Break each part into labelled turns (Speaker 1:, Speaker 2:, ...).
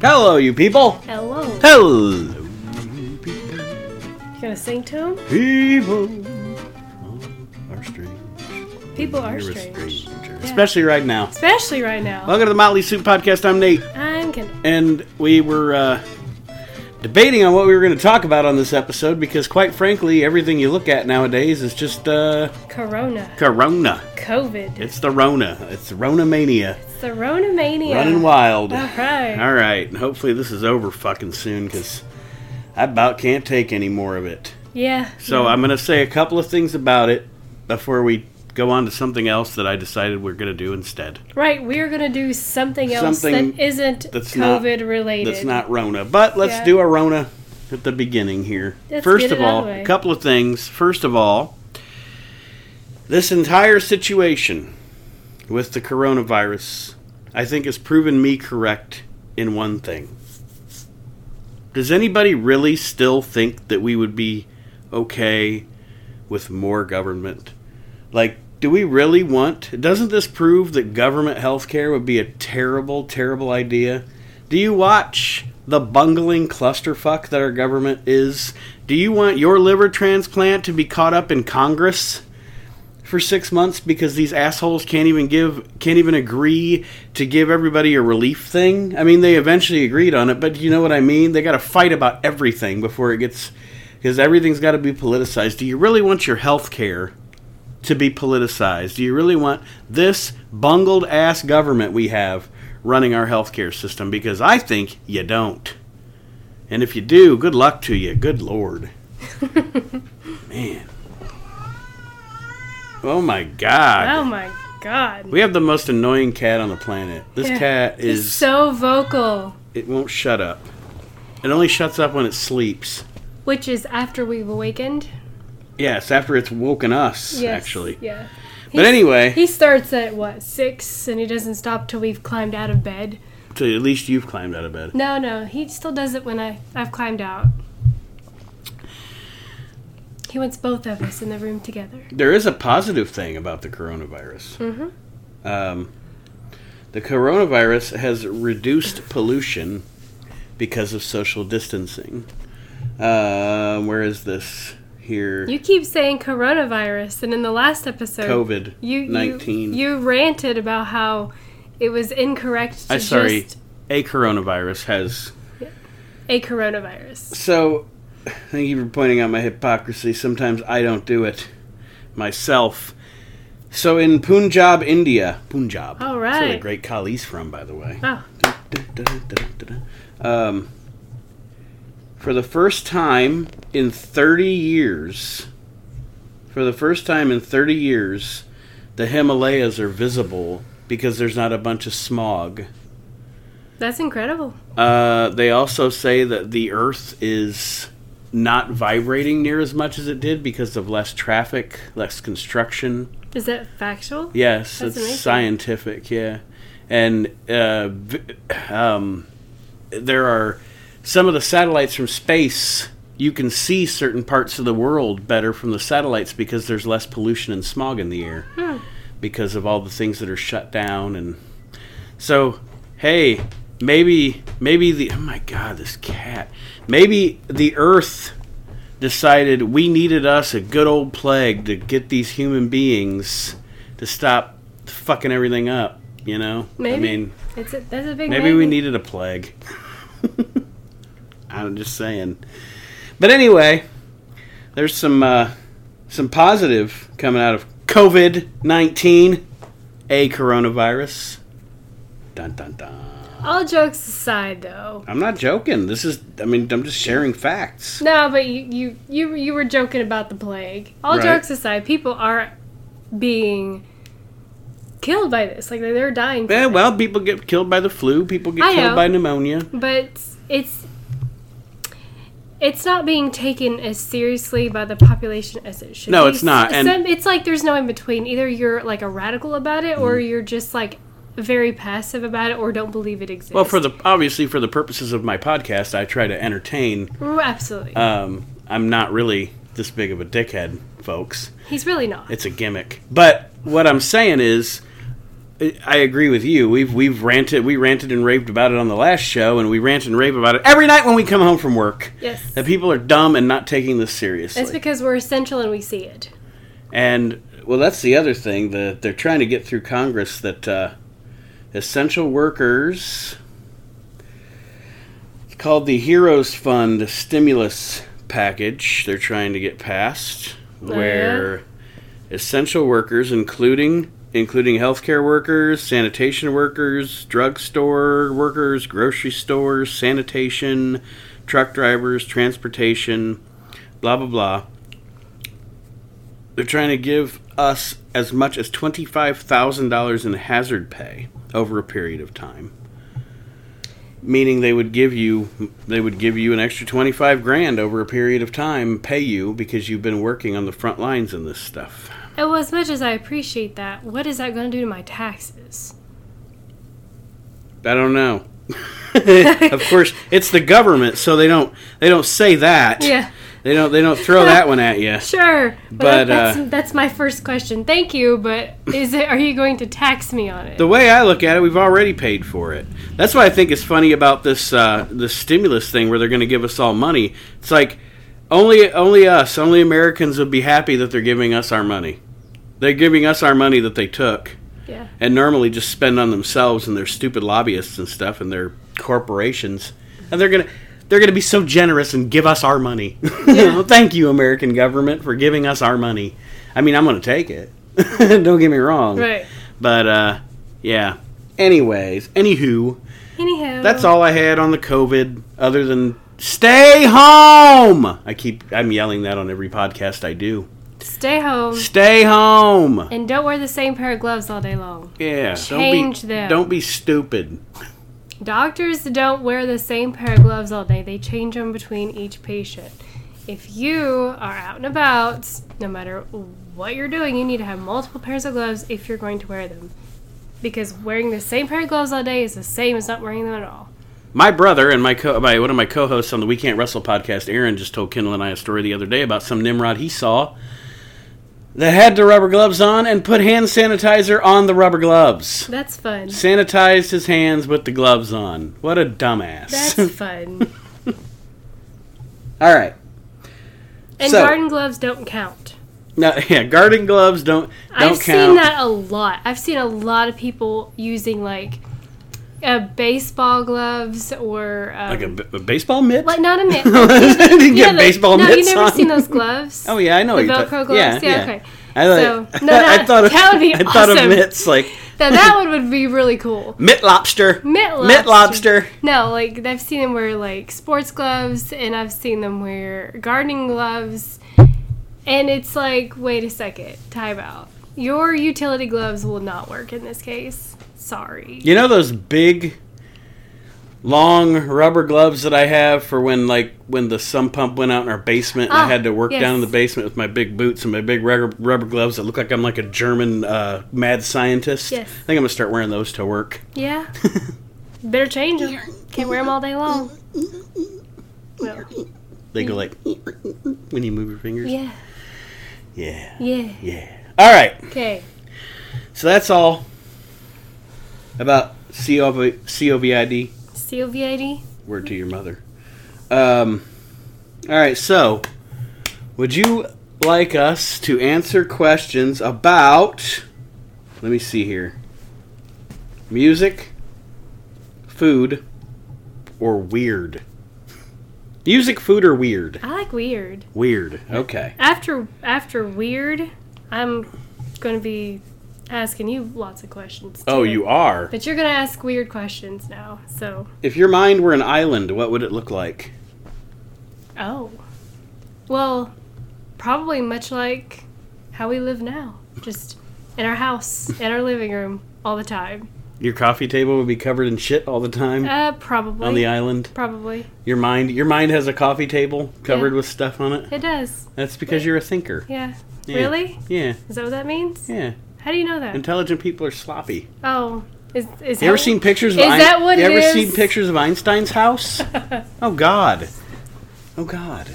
Speaker 1: Hello, you people.
Speaker 2: Hello.
Speaker 1: Hello,
Speaker 2: You gonna sing to him?
Speaker 1: people. Are strange.
Speaker 2: People are
Speaker 1: You're a
Speaker 2: strange.
Speaker 1: stranger. Especially right now.
Speaker 2: Especially right now.
Speaker 1: Welcome to the Motley Soup Podcast. I'm Nate,
Speaker 2: I'm Kendall.
Speaker 1: and we were uh, debating on what we were going to talk about on this episode because, quite frankly, everything you look at nowadays is just uh,
Speaker 2: Corona.
Speaker 1: Corona.
Speaker 2: COVID.
Speaker 1: It's the Rona. It's Rona mania.
Speaker 2: It's the Rona mania.
Speaker 1: Running wild.
Speaker 2: All right.
Speaker 1: All right. Hopefully this is over fucking soon because I about can't take any more of it.
Speaker 2: Yeah.
Speaker 1: So I'm going to say a couple of things about it before we go on to something else that I decided we're going to do instead.
Speaker 2: Right. We are gonna do something else
Speaker 1: Something
Speaker 2: that isn't
Speaker 1: that's not-
Speaker 2: COVID related.
Speaker 1: That's not Rona, but let's
Speaker 2: Yeah.
Speaker 1: do a Rona at the beginning here.
Speaker 2: Let's
Speaker 1: First
Speaker 2: get
Speaker 1: of
Speaker 2: it out
Speaker 1: all,
Speaker 2: of the way.
Speaker 1: a couple of things. First of all, this entire situation with the coronavirus, I think, has proven me correct in one thing. Does anybody really still think that we would be okay with more government? Like, do we really want? Doesn't this prove that government health care would be a terrible, terrible idea? Do you watch the bungling clusterfuck that our government is? Do you want your liver transplant to be caught up in Congress for six months because these assholes can't even give can't even agree to give everybody a relief thing? I mean, they eventually agreed on it, but you know what I mean? They got to fight about everything before it gets because everything's got to be politicized. Do you really want your health care to be politicized? Do you really want this bungled ass government we have running our healthcare system? Because I think you don't. And if you do, good luck to you. Good lord. Man. Oh my god.
Speaker 2: Oh my God.
Speaker 1: We have the most annoying cat on the planet. This
Speaker 2: Yeah.
Speaker 1: cat
Speaker 2: He's
Speaker 1: is
Speaker 2: so vocal,
Speaker 1: it won't shut up. It only shuts up when it sleeps.
Speaker 2: which is after we've awakened.
Speaker 1: Yes, after it's woken us
Speaker 2: Yes.
Speaker 1: actually.
Speaker 2: Yeah.
Speaker 1: But anyway,
Speaker 2: He starts at what six, and he doesn't stop till we've climbed out of bed.
Speaker 1: so at least you've climbed out of bed.
Speaker 2: No, no, he still does it when I, I've climbed out. He wants both of us in the room together.
Speaker 1: there is a positive thing about the coronavirus. Mm-hmm. Um, the coronavirus has reduced pollution because of social distancing. Uh, where is this here?
Speaker 2: You keep saying coronavirus, and in the last episode,
Speaker 1: COVID
Speaker 2: you,
Speaker 1: nineteen.
Speaker 2: you you ranted about how it was incorrect to
Speaker 1: I sorry,
Speaker 2: just
Speaker 1: a coronavirus has.
Speaker 2: a coronavirus.
Speaker 1: So, thank you for pointing out my hypocrisy. Sometimes I don't do it myself. So in Punjab, India, Punjab.
Speaker 2: All
Speaker 1: That's where the
Speaker 2: right.
Speaker 1: great Kali's from, by the way.
Speaker 2: Oh,
Speaker 1: Um, for the first time in 30 years, for the first time in 30 years, the Himalayas are visible because there's not a bunch of smog.
Speaker 2: that's incredible.
Speaker 1: Uh, they also say that the Earth is not vibrating near as much as it did because of less traffic, less construction.
Speaker 2: Is that factual?
Speaker 1: Yes,
Speaker 2: That's
Speaker 1: it's
Speaker 2: amazing.
Speaker 1: scientific. Yeah, and uh, v- um, there are some of the satellites from space. You can see certain parts of the world better from the satellites because there's less pollution and smog in the air
Speaker 2: Hmm.
Speaker 1: because of all the things that are shut down and so hey maybe maybe the oh my god this cat maybe the earth decided we needed us a good old plague to get these human beings to stop fucking everything up you know i
Speaker 2: Maybe.
Speaker 1: mean
Speaker 2: It's a, that's a big
Speaker 1: maybe we needed a plague i'm just saying but anyway there's some uh some positive coming out of covid-19 a coronavirus dun dun dun
Speaker 2: All jokes aside, though.
Speaker 1: i'm not joking this is i mean i'm just sharing facts
Speaker 2: No, but you you you, you were joking about the plague. All
Speaker 1: Right.
Speaker 2: jokes aside, people are being killed by this. Like they're, they're dying. from
Speaker 1: yeah,
Speaker 2: it.
Speaker 1: well people get killed by the flu people get
Speaker 2: I
Speaker 1: killed
Speaker 2: know.
Speaker 1: by pneumonia
Speaker 2: But it's it's not being taken as seriously by the population as it should.
Speaker 1: No,
Speaker 2: be.
Speaker 1: it's not, and-
Speaker 2: Some- it's like there's no in between. Either you're like a radical about it, or
Speaker 1: Mm.
Speaker 2: you're just like very passive about it, or don't believe it exists.
Speaker 1: well for the obviously for the purposes of my podcast i try to entertain
Speaker 2: absolutely,
Speaker 1: um i'm not really this big of a dickhead folks
Speaker 2: he's really not.
Speaker 1: It's a gimmick. But what I'm saying is, I agree with you. We've we've ranted, we ranted and raved about it on the last show, and we rant and rave about it every night when we come home from work.
Speaker 2: Yes.
Speaker 1: That people are dumb and not taking this seriously.
Speaker 2: That's because we're essential and we see it.
Speaker 1: and well, that's the other thing that they're trying to get through Congress that uh, essential workers. It's called the Heroes Fund stimulus package. They're trying to get passed,
Speaker 2: yeah?
Speaker 1: where essential workers, including including healthcare workers, sanitation workers, drugstore workers, grocery stores, sanitation, truck drivers, transportation, blah blah blah. They're trying to give us as much as twenty five thousand dollars in hazard pay over a period of time. Meaning they would give you they would give you an extra twenty five grand over a period of time, pay you because you've been working on the front lines in this stuff.
Speaker 2: And Oh, well, as much as I appreciate that, what is that going to do to my taxes?
Speaker 1: I don't know. of course, it's the government, so they don't they don't say that.
Speaker 2: Yeah,
Speaker 1: They don't they don't throw that one at you.
Speaker 2: sure. But,
Speaker 1: But,
Speaker 2: that's,
Speaker 1: uh,
Speaker 2: that's my first question. Thank you, but is it? Are you going to tax me on it?
Speaker 1: The way I look at it, we've already paid for it. That's why I think it's funny about this uh, this stimulus thing where they're going to give us all money. It's like only only us, only Americans would be happy that they're giving us our money. They're giving us our money that they took
Speaker 2: yeah.
Speaker 1: and normally just spend on themselves and their stupid lobbyists and stuff and their corporations. And they're gonna they're gonna be so generous and give us our money. Well, Thank you, American government, for giving us our money. I mean, I'm gonna take it. Don't get me wrong.
Speaker 2: Right.
Speaker 1: But uh, yeah. Anyways, anywho,
Speaker 2: Anyhow.
Speaker 1: that's all I had on the COVID. Other than stay home. I keep I'm yelling that on every podcast I do.
Speaker 2: Stay home
Speaker 1: Stay home.
Speaker 2: and don't wear the same pair of gloves all day long.
Speaker 1: Yeah.
Speaker 2: Change
Speaker 1: don't be,
Speaker 2: them.
Speaker 1: Don't be stupid.
Speaker 2: Doctors don't wear the same pair of gloves all day, they change them between each patient. If you are out and about, no matter what you're doing, you need to have multiple pairs of gloves if you're going to wear them. Because wearing the same pair of gloves all day is the same as not wearing them at all.
Speaker 1: My brother and my co my, one of my co-hosts on the We Can't Wrestle podcast, Aaron, just told Kendall and I a story the other day about some Nimrod he saw that had the rubber gloves on and put hand sanitizer on the rubber gloves.
Speaker 2: That's fun.
Speaker 1: Sanitized his hands with the gloves on. What a dumbass.
Speaker 2: That's fun.
Speaker 1: All right.
Speaker 2: And
Speaker 1: So-
Speaker 2: garden gloves don't count.
Speaker 1: No, yeah, garden gloves don't don't count.
Speaker 2: I've seen that a lot. I've seen a lot of people using like uh, baseball gloves or um,
Speaker 1: Like a, b- a baseball mitt?
Speaker 2: like not a mitt.
Speaker 1: Didn't
Speaker 2: Yeah,
Speaker 1: get
Speaker 2: the-
Speaker 1: baseball
Speaker 2: no,
Speaker 1: mitts
Speaker 2: you never
Speaker 1: on.
Speaker 2: seen those gloves?
Speaker 1: Oh yeah, I know
Speaker 2: the
Speaker 1: what you're
Speaker 2: Velcro
Speaker 1: talking-
Speaker 2: gloves. Yeah, okay.
Speaker 1: I, thought-
Speaker 2: So, no, that-
Speaker 1: I thought of,
Speaker 2: that would be
Speaker 1: I thought of
Speaker 2: awesome.
Speaker 1: mitts like
Speaker 2: Now that one would be really cool.
Speaker 1: mitt lobster.
Speaker 2: Mitt lobster.
Speaker 1: Mitt lobster.
Speaker 2: No, like I've seen them wear like sports gloves, and I've seen them wear gardening gloves, and it's like, wait a second, time out. Your utility gloves will not work in this case. Sorry.
Speaker 1: You know those big, long rubber gloves that I have for when like when the sump pump went out in our basement and I
Speaker 2: Ah,
Speaker 1: had to work
Speaker 2: yes.
Speaker 1: down in the basement with my big boots and my big rubber, rubber gloves that look like I'm like a German uh, mad scientist.
Speaker 2: Yes.
Speaker 1: I think I'm gonna start wearing those to work.
Speaker 2: Yeah. Better change them. Can't wear them all day long. Well,
Speaker 1: They go like when you move your fingers.
Speaker 2: yeah.
Speaker 1: Yeah.
Speaker 2: Yeah.
Speaker 1: Yeah. All right.
Speaker 2: Okay.
Speaker 1: So that's all about COV- COVID.
Speaker 2: Sylviady.
Speaker 1: Word to your mother. Um, all right, so would you like us to answer questions about? Let me see here. Music, food, or weird? Music, food, or weird?
Speaker 2: I like weird.
Speaker 1: Weird. Okay.
Speaker 2: After after weird, I'm going to be asking you lots of questions.
Speaker 1: Oh,
Speaker 2: too.
Speaker 1: you are.
Speaker 2: But you're going to ask weird questions now. So,
Speaker 1: If your mind were an island, what would it look like?
Speaker 2: oh. Well, probably much like how we live now. Just in our house, in our living room all the time.
Speaker 1: Your coffee table would be covered in shit all the time
Speaker 2: Uh probably.
Speaker 1: on the island.
Speaker 2: probably.
Speaker 1: Your mind, your mind has a coffee table covered
Speaker 2: Yeah.
Speaker 1: with stuff on it.
Speaker 2: It does.
Speaker 1: That's because you're a thinker.
Speaker 2: Yeah.
Speaker 1: Yeah.
Speaker 2: Really? Uh,
Speaker 1: Yeah,
Speaker 2: Is that what that means?
Speaker 1: yeah.
Speaker 2: How do you know that?
Speaker 1: Intelligent people are sloppy.
Speaker 2: Oh, is is
Speaker 1: You ever
Speaker 2: how-
Speaker 1: seen pictures? Of
Speaker 2: Is that what
Speaker 1: you
Speaker 2: it
Speaker 1: ever
Speaker 2: is?
Speaker 1: seen pictures of Einstein's house? oh God, oh God.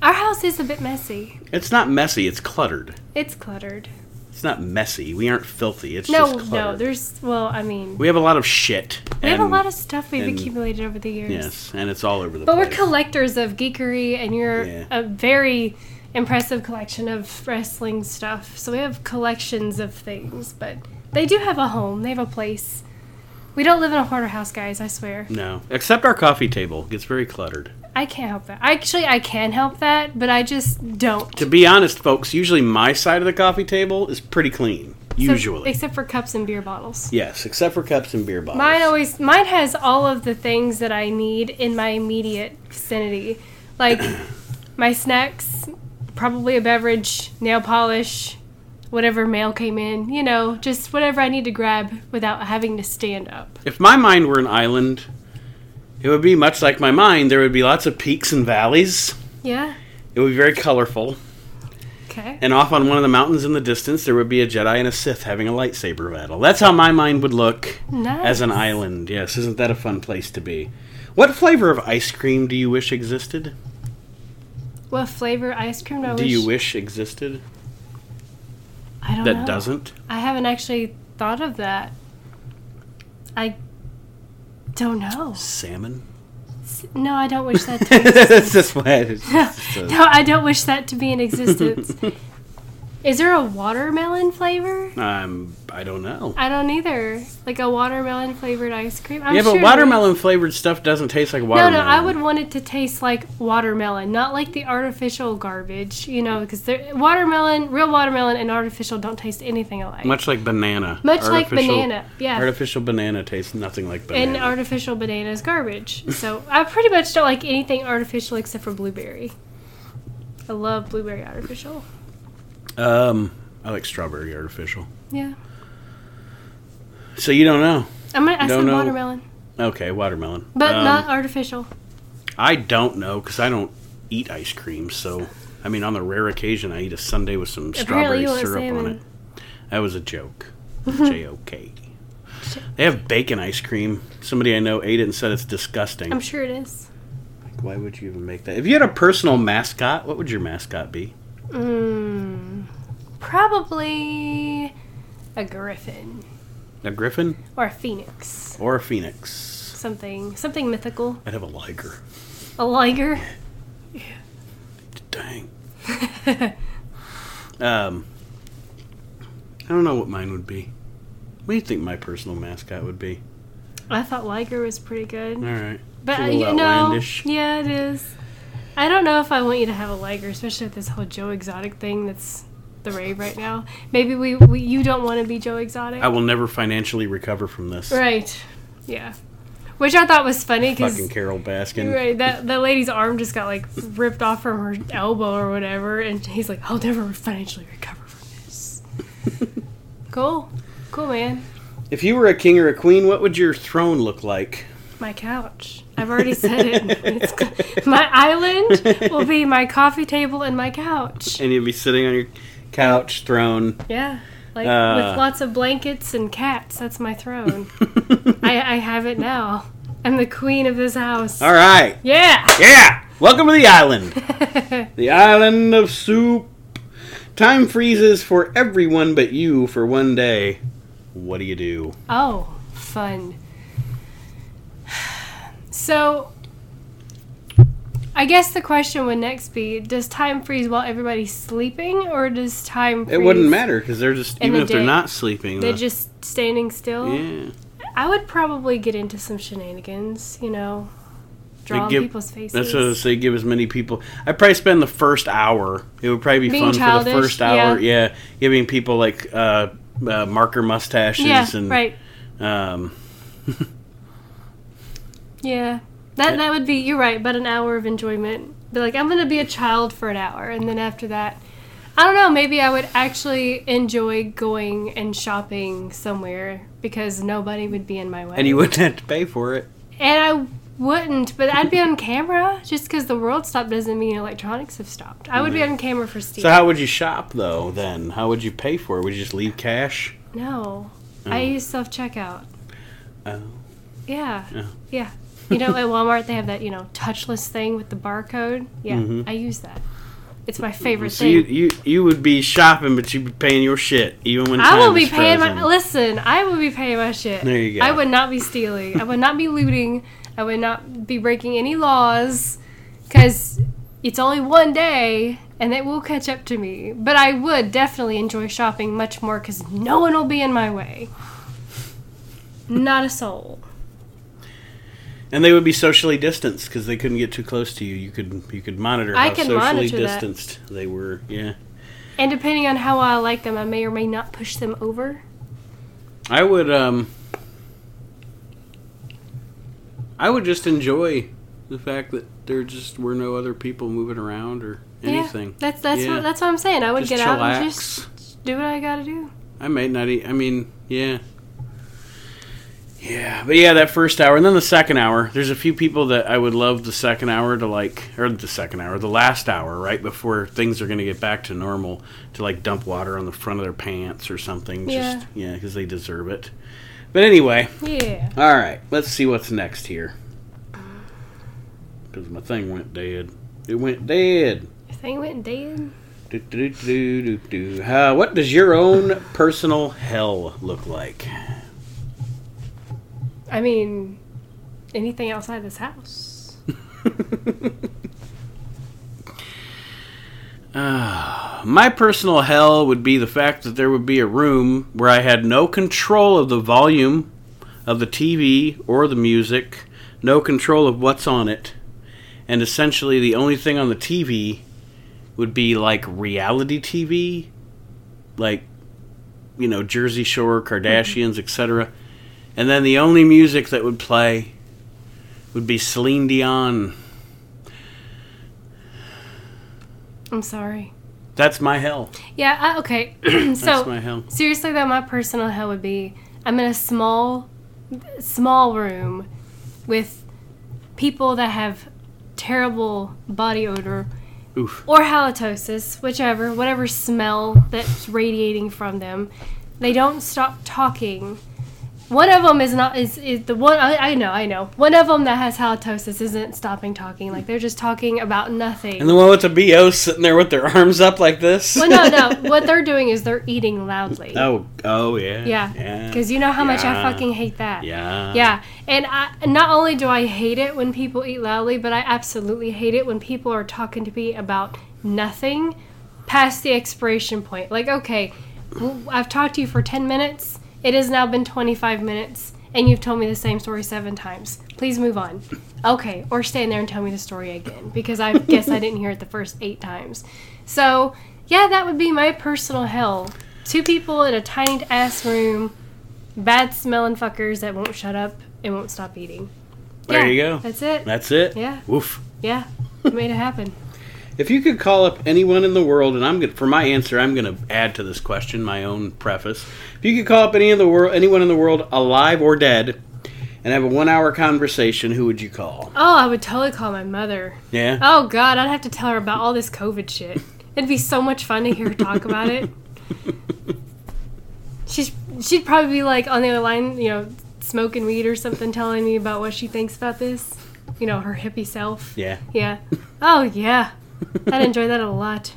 Speaker 2: Our house is a bit messy.
Speaker 1: It's not messy. It's cluttered.
Speaker 2: It's cluttered.
Speaker 1: It's not messy. We aren't filthy. It's
Speaker 2: No,
Speaker 1: just clutter.
Speaker 2: no. There's well, I mean, we,
Speaker 1: we have a lot of shit.
Speaker 2: have a
Speaker 1: and-
Speaker 2: lot of stuff we've
Speaker 1: and-
Speaker 2: accumulated over the years.
Speaker 1: yes, and it's all over the
Speaker 2: But
Speaker 1: place.
Speaker 2: we're collectors of geekery, and you're
Speaker 1: Yeah.
Speaker 2: a very impressive collection of wrestling stuff. So we have collections of things, but they do have a home. They have a place. We don't live in a hoarder house, guys. I swear.
Speaker 1: no, except our coffee table gets very cluttered.
Speaker 2: I can't help that. Actually, I can help that, but I just don't.
Speaker 1: To be honest, folks, usually my side of the coffee table is pretty clean.
Speaker 2: So-
Speaker 1: Usually,
Speaker 2: except for cups and beer bottles.
Speaker 1: yes, except for cups and beer bottles.
Speaker 2: Mine always mine has all of the things that I need in my immediate vicinity. Like my snacks, probably a beverage, nail polish, whatever mail came in, you know, just whatever I need to grab without having to stand up.
Speaker 1: If my mind were an island, it would be much like my mind. There would be lots of peaks and valleys.
Speaker 2: Yeah.
Speaker 1: It would be very colorful.
Speaker 2: Okay.
Speaker 1: And off on one of the mountains in the distance, there would be a Jedi and a Sith having a lightsaber battle. That's how my mind would look
Speaker 2: Nice.
Speaker 1: as an island. Yes, isn't that a fun place to be? What flavor of ice cream do you wish existed?
Speaker 2: what flavor ice cream do I
Speaker 1: Do
Speaker 2: wish?
Speaker 1: you wish existed
Speaker 2: I don't
Speaker 1: that
Speaker 2: know.
Speaker 1: doesn't?
Speaker 2: I haven't actually thought of that. I don't know.
Speaker 1: Salmon.
Speaker 2: No, I don't wish that to
Speaker 1: That's just what. It's just a-
Speaker 2: No, I don't wish that to be in existence. Is there a watermelon flavor?
Speaker 1: um, I don't know.
Speaker 2: I don't either. Like a watermelon flavored ice cream. I'm
Speaker 1: yeah, but
Speaker 2: sure there
Speaker 1: watermelon flavored stuff doesn't taste like
Speaker 2: is. No,
Speaker 1: watermelon.
Speaker 2: no, I would want it to taste like watermelon, not like the artificial garbage. You know, because watermelon, real watermelon, and artificial don't taste anything alike.
Speaker 1: Much like banana.
Speaker 2: Much like
Speaker 1: Artificial-
Speaker 2: banana, yeah.
Speaker 1: Artificial banana tastes nothing like banana.
Speaker 2: and artificial banana is garbage. So I pretty much don't like anything artificial except for blueberry. I love blueberry artificial.
Speaker 1: um, I like strawberry artificial.
Speaker 2: Yeah,
Speaker 1: So you don't know.
Speaker 2: I'm gonna. I
Speaker 1: Don't
Speaker 2: said
Speaker 1: know.
Speaker 2: watermelon,
Speaker 1: Okay, watermelon.
Speaker 2: but
Speaker 1: Um,
Speaker 2: not artificial.
Speaker 1: I don't know because I don't eat ice cream. So, I mean, on the rare occasion I eat a sundae with some
Speaker 2: Apparently
Speaker 1: strawberry
Speaker 2: you want
Speaker 1: syrup on
Speaker 2: salmon.
Speaker 1: it. That was a joke. J O K. They have bacon ice cream. Somebody I know ate it and said it's disgusting.
Speaker 2: I'm sure it is.
Speaker 1: Like, why would you even make that? If you had a personal mascot, what would your mascot be?
Speaker 2: Mm, probably a griffin
Speaker 1: A griffin
Speaker 2: or a phoenix.
Speaker 1: or a phoenix?
Speaker 2: Something, something mythical.
Speaker 1: I'd have a liger.
Speaker 2: A liger.
Speaker 1: Dang. um, I don't know what mine would be. What do you think my personal mascot would be?
Speaker 2: I thought liger was pretty
Speaker 1: All
Speaker 2: good,
Speaker 1: right.
Speaker 2: but
Speaker 1: a
Speaker 2: uh,
Speaker 1: little
Speaker 2: you know,
Speaker 1: outlandish.
Speaker 2: yeah, it is. I don't know if I want you to have a liger, especially with this whole Joe Exotic thing that's the rave right now. Maybe we, we you don't want to be Joe Exotic,
Speaker 1: I will never financially recover from this.
Speaker 2: right? Yeah, which I thought was funny because
Speaker 1: Fucking Carol Baskin.
Speaker 2: Right, that that lady's arm just got like ripped off from her elbow or whatever, and he's like, "I'll never financially recover from this." cool, cool, man.
Speaker 1: If you were a king or a queen, what would your throne look like?
Speaker 2: My couch. I've already said it. It's, c- my island will be my coffee table and my couch.
Speaker 1: And you'd be sitting on your couch, throne.
Speaker 2: Yeah, like
Speaker 1: Uh.
Speaker 2: with lots of blankets and cats. That's my throne. I, I have it now. I'm the queen of this house.
Speaker 1: All right.
Speaker 2: Yeah.
Speaker 1: Yeah! Welcome to the island. the island of soup. Time freezes for everyone but you for one day. What do you do?
Speaker 2: Oh, fun. So, I guess the question would next be: Does time freeze while everybody's sleeping, or does time? Freeze
Speaker 1: It wouldn't matter because they're just,
Speaker 2: In
Speaker 1: even
Speaker 2: the
Speaker 1: if they're
Speaker 2: day.
Speaker 1: not sleeping,
Speaker 2: They're
Speaker 1: the-
Speaker 2: just standing still.
Speaker 1: yeah.
Speaker 2: I would probably get into some shenanigans. You know, draw on
Speaker 1: give-
Speaker 2: people's faces.
Speaker 1: That's what I say. Give as many people. I'd probably spend the first hour. It would probably be
Speaker 2: Being
Speaker 1: fun
Speaker 2: childish,
Speaker 1: for the first hour. Yeah, giving people like uh, uh, marker mustaches
Speaker 2: yeah,
Speaker 1: and
Speaker 2: right.
Speaker 1: um,
Speaker 2: Yeah, that that would be. You're right. But an hour of enjoyment. Be like, I'm gonna be a child for an hour, and then after that, I don't know. Maybe I would actually enjoy going and shopping somewhere because nobody would be in my way.
Speaker 1: and you wouldn't have to pay for it.
Speaker 2: And I wouldn't, but I'd be on camera. Just because the world stopped doesn't mean electronics have stopped. I would be on camera for Steve.
Speaker 1: So how would you shop though? Then how would you pay for it? Would you just leave cash?
Speaker 2: no, I use self checkout.
Speaker 1: Oh.
Speaker 2: Yeah.
Speaker 1: Yeah.
Speaker 2: Yeah. You know, at Walmart they have that, you know, touchless thing with the barcode. Yeah, I use that. It's my favorite
Speaker 1: Mm-hmm. So
Speaker 2: thing.
Speaker 1: you, you you would be shopping, but you'd be paying your shit even when
Speaker 2: I
Speaker 1: time
Speaker 2: will be
Speaker 1: is
Speaker 2: paying my
Speaker 1: frozen.
Speaker 2: listen. I will be paying my shit.
Speaker 1: There you go.
Speaker 2: I would not be stealing. I would not be looting. I would not be breaking any laws, because it's only one day, and it will catch up to me. But I would definitely enjoy shopping much more, because no one will be in my way. Not a soul.
Speaker 1: and they would be socially distanced because they couldn't get too close to you. You could you could monitor
Speaker 2: I
Speaker 1: how
Speaker 2: can
Speaker 1: socially
Speaker 2: monitor that.
Speaker 1: distanced they were. Yeah,
Speaker 2: And depending on how I like them, I may or may not push them over.
Speaker 1: I would um. I would just enjoy the fact that there just were no other people moving around or anything.
Speaker 2: Yeah, that's that's
Speaker 1: Yeah.
Speaker 2: what that's what I'm saying. I would
Speaker 1: Just
Speaker 2: get out and
Speaker 1: chillax.
Speaker 2: just do what I gotta do.
Speaker 1: I might not eat. I mean, yeah. Yeah, but yeah, that first hour and then the second hour. There's a few people that I would love the second hour to like, or the second hour, the last hour, right before things are going to get back to normal, to like dump water on the front of their pants or something. Just, yeah, because they deserve it. But anyway,
Speaker 2: Yeah.
Speaker 1: all right, let's see what's next here. Because my thing went dead. It went dead.
Speaker 2: Thing went dead.
Speaker 1: Do, do, do, do, do, do. Uh, what does your own personal hell look like?
Speaker 2: I mean, anything outside this house.
Speaker 1: My personal hell would be the fact that there would be a room where I had no control of the volume of the TV or the music, no control of what's on it, and essentially the only thing on the TV would be like reality TV, like you know Jersey Shore, Kardashians, etc. And then the only music that would play would be Celine Dion.
Speaker 2: I'm sorry.
Speaker 1: That's my hell.
Speaker 2: Yeah, I, okay.
Speaker 1: That's
Speaker 2: so,
Speaker 1: my hell.
Speaker 2: seriously though, my personal hell would be I'm in a small, small room with people that have terrible body odor
Speaker 1: Oof.
Speaker 2: or halitosis, whichever, whatever smell that's radiating from them. They don't stop talking. One of them is not is, is the one I, I know I know. One of them that has halitosis isn't stopping talking. Like they're just talking about nothing.
Speaker 1: And the one with the BO sitting there with their arms up like this.
Speaker 2: well, no, no. What they're doing is they're eating loudly.
Speaker 1: Oh, oh yeah.
Speaker 2: Yeah,
Speaker 1: Yeah.
Speaker 2: because you know how much
Speaker 1: Yeah.
Speaker 2: I fucking hate that.
Speaker 1: yeah.
Speaker 2: Yeah, and I, not only do I hate it when people eat loudly, but I absolutely hate it when people are talking to me about nothing past the expiration point. Like, okay, w- I've talked to you for 10 minutes, it has now been 25 minutes, and you've told me the same story seven times. Please move on. Okay, or stand there and tell me the story again, because I guess I didn't hear it the first eight times. So, yeah, that would be my personal hell. Two people in a tiny ass room bad smelling fuckers that won't shut up and won't stop eating.
Speaker 1: There
Speaker 2: Yeah,
Speaker 1: you go.
Speaker 2: That's it.
Speaker 1: That's it.
Speaker 2: Yeah.
Speaker 1: Woof.
Speaker 2: yeah, you made it happen.
Speaker 1: If you could call up anyone in the world, and I'm gonna, for my answer, I'm going to add to this question my own preface. If you could call up any in the world, anyone in the world, alive or dead, and have a one-hour conversation, who would you call?
Speaker 2: Oh, I would totally call my mother.
Speaker 1: Yeah.
Speaker 2: Oh God, I'd have to tell her about all this COVID shit. It'd be so much fun to hear her talk about it. She's she'd probably be like on the other line, you know, smoking weed or something, telling me about what she thinks about this. You know, her hippie self.
Speaker 1: Yeah.
Speaker 2: Yeah. Oh yeah, I'd enjoy that a lot.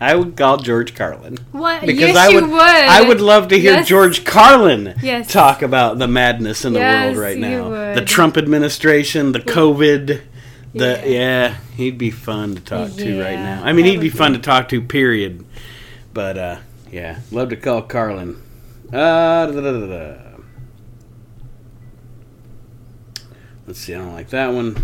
Speaker 1: I would call George Carlin.
Speaker 2: What?
Speaker 1: Because
Speaker 2: yes,
Speaker 1: I
Speaker 2: you
Speaker 1: would,
Speaker 2: would.
Speaker 1: I would love to hear
Speaker 2: Yes.
Speaker 1: George Carlin
Speaker 2: Yes.
Speaker 1: talk about the madness in the
Speaker 2: Yes,
Speaker 1: world right
Speaker 2: you
Speaker 1: now. The
Speaker 2: would.
Speaker 1: Trump administration, the COVID, the
Speaker 2: Yeah.
Speaker 1: yeah, he'd be fun to talk to right
Speaker 2: Yeah,
Speaker 1: now. I mean,
Speaker 2: that
Speaker 1: he'd be
Speaker 2: would
Speaker 1: fun to talk to. Period. But uh, yeah, love to call Carlin. Uh, da, da, da, da. Let's see. I don't like that one.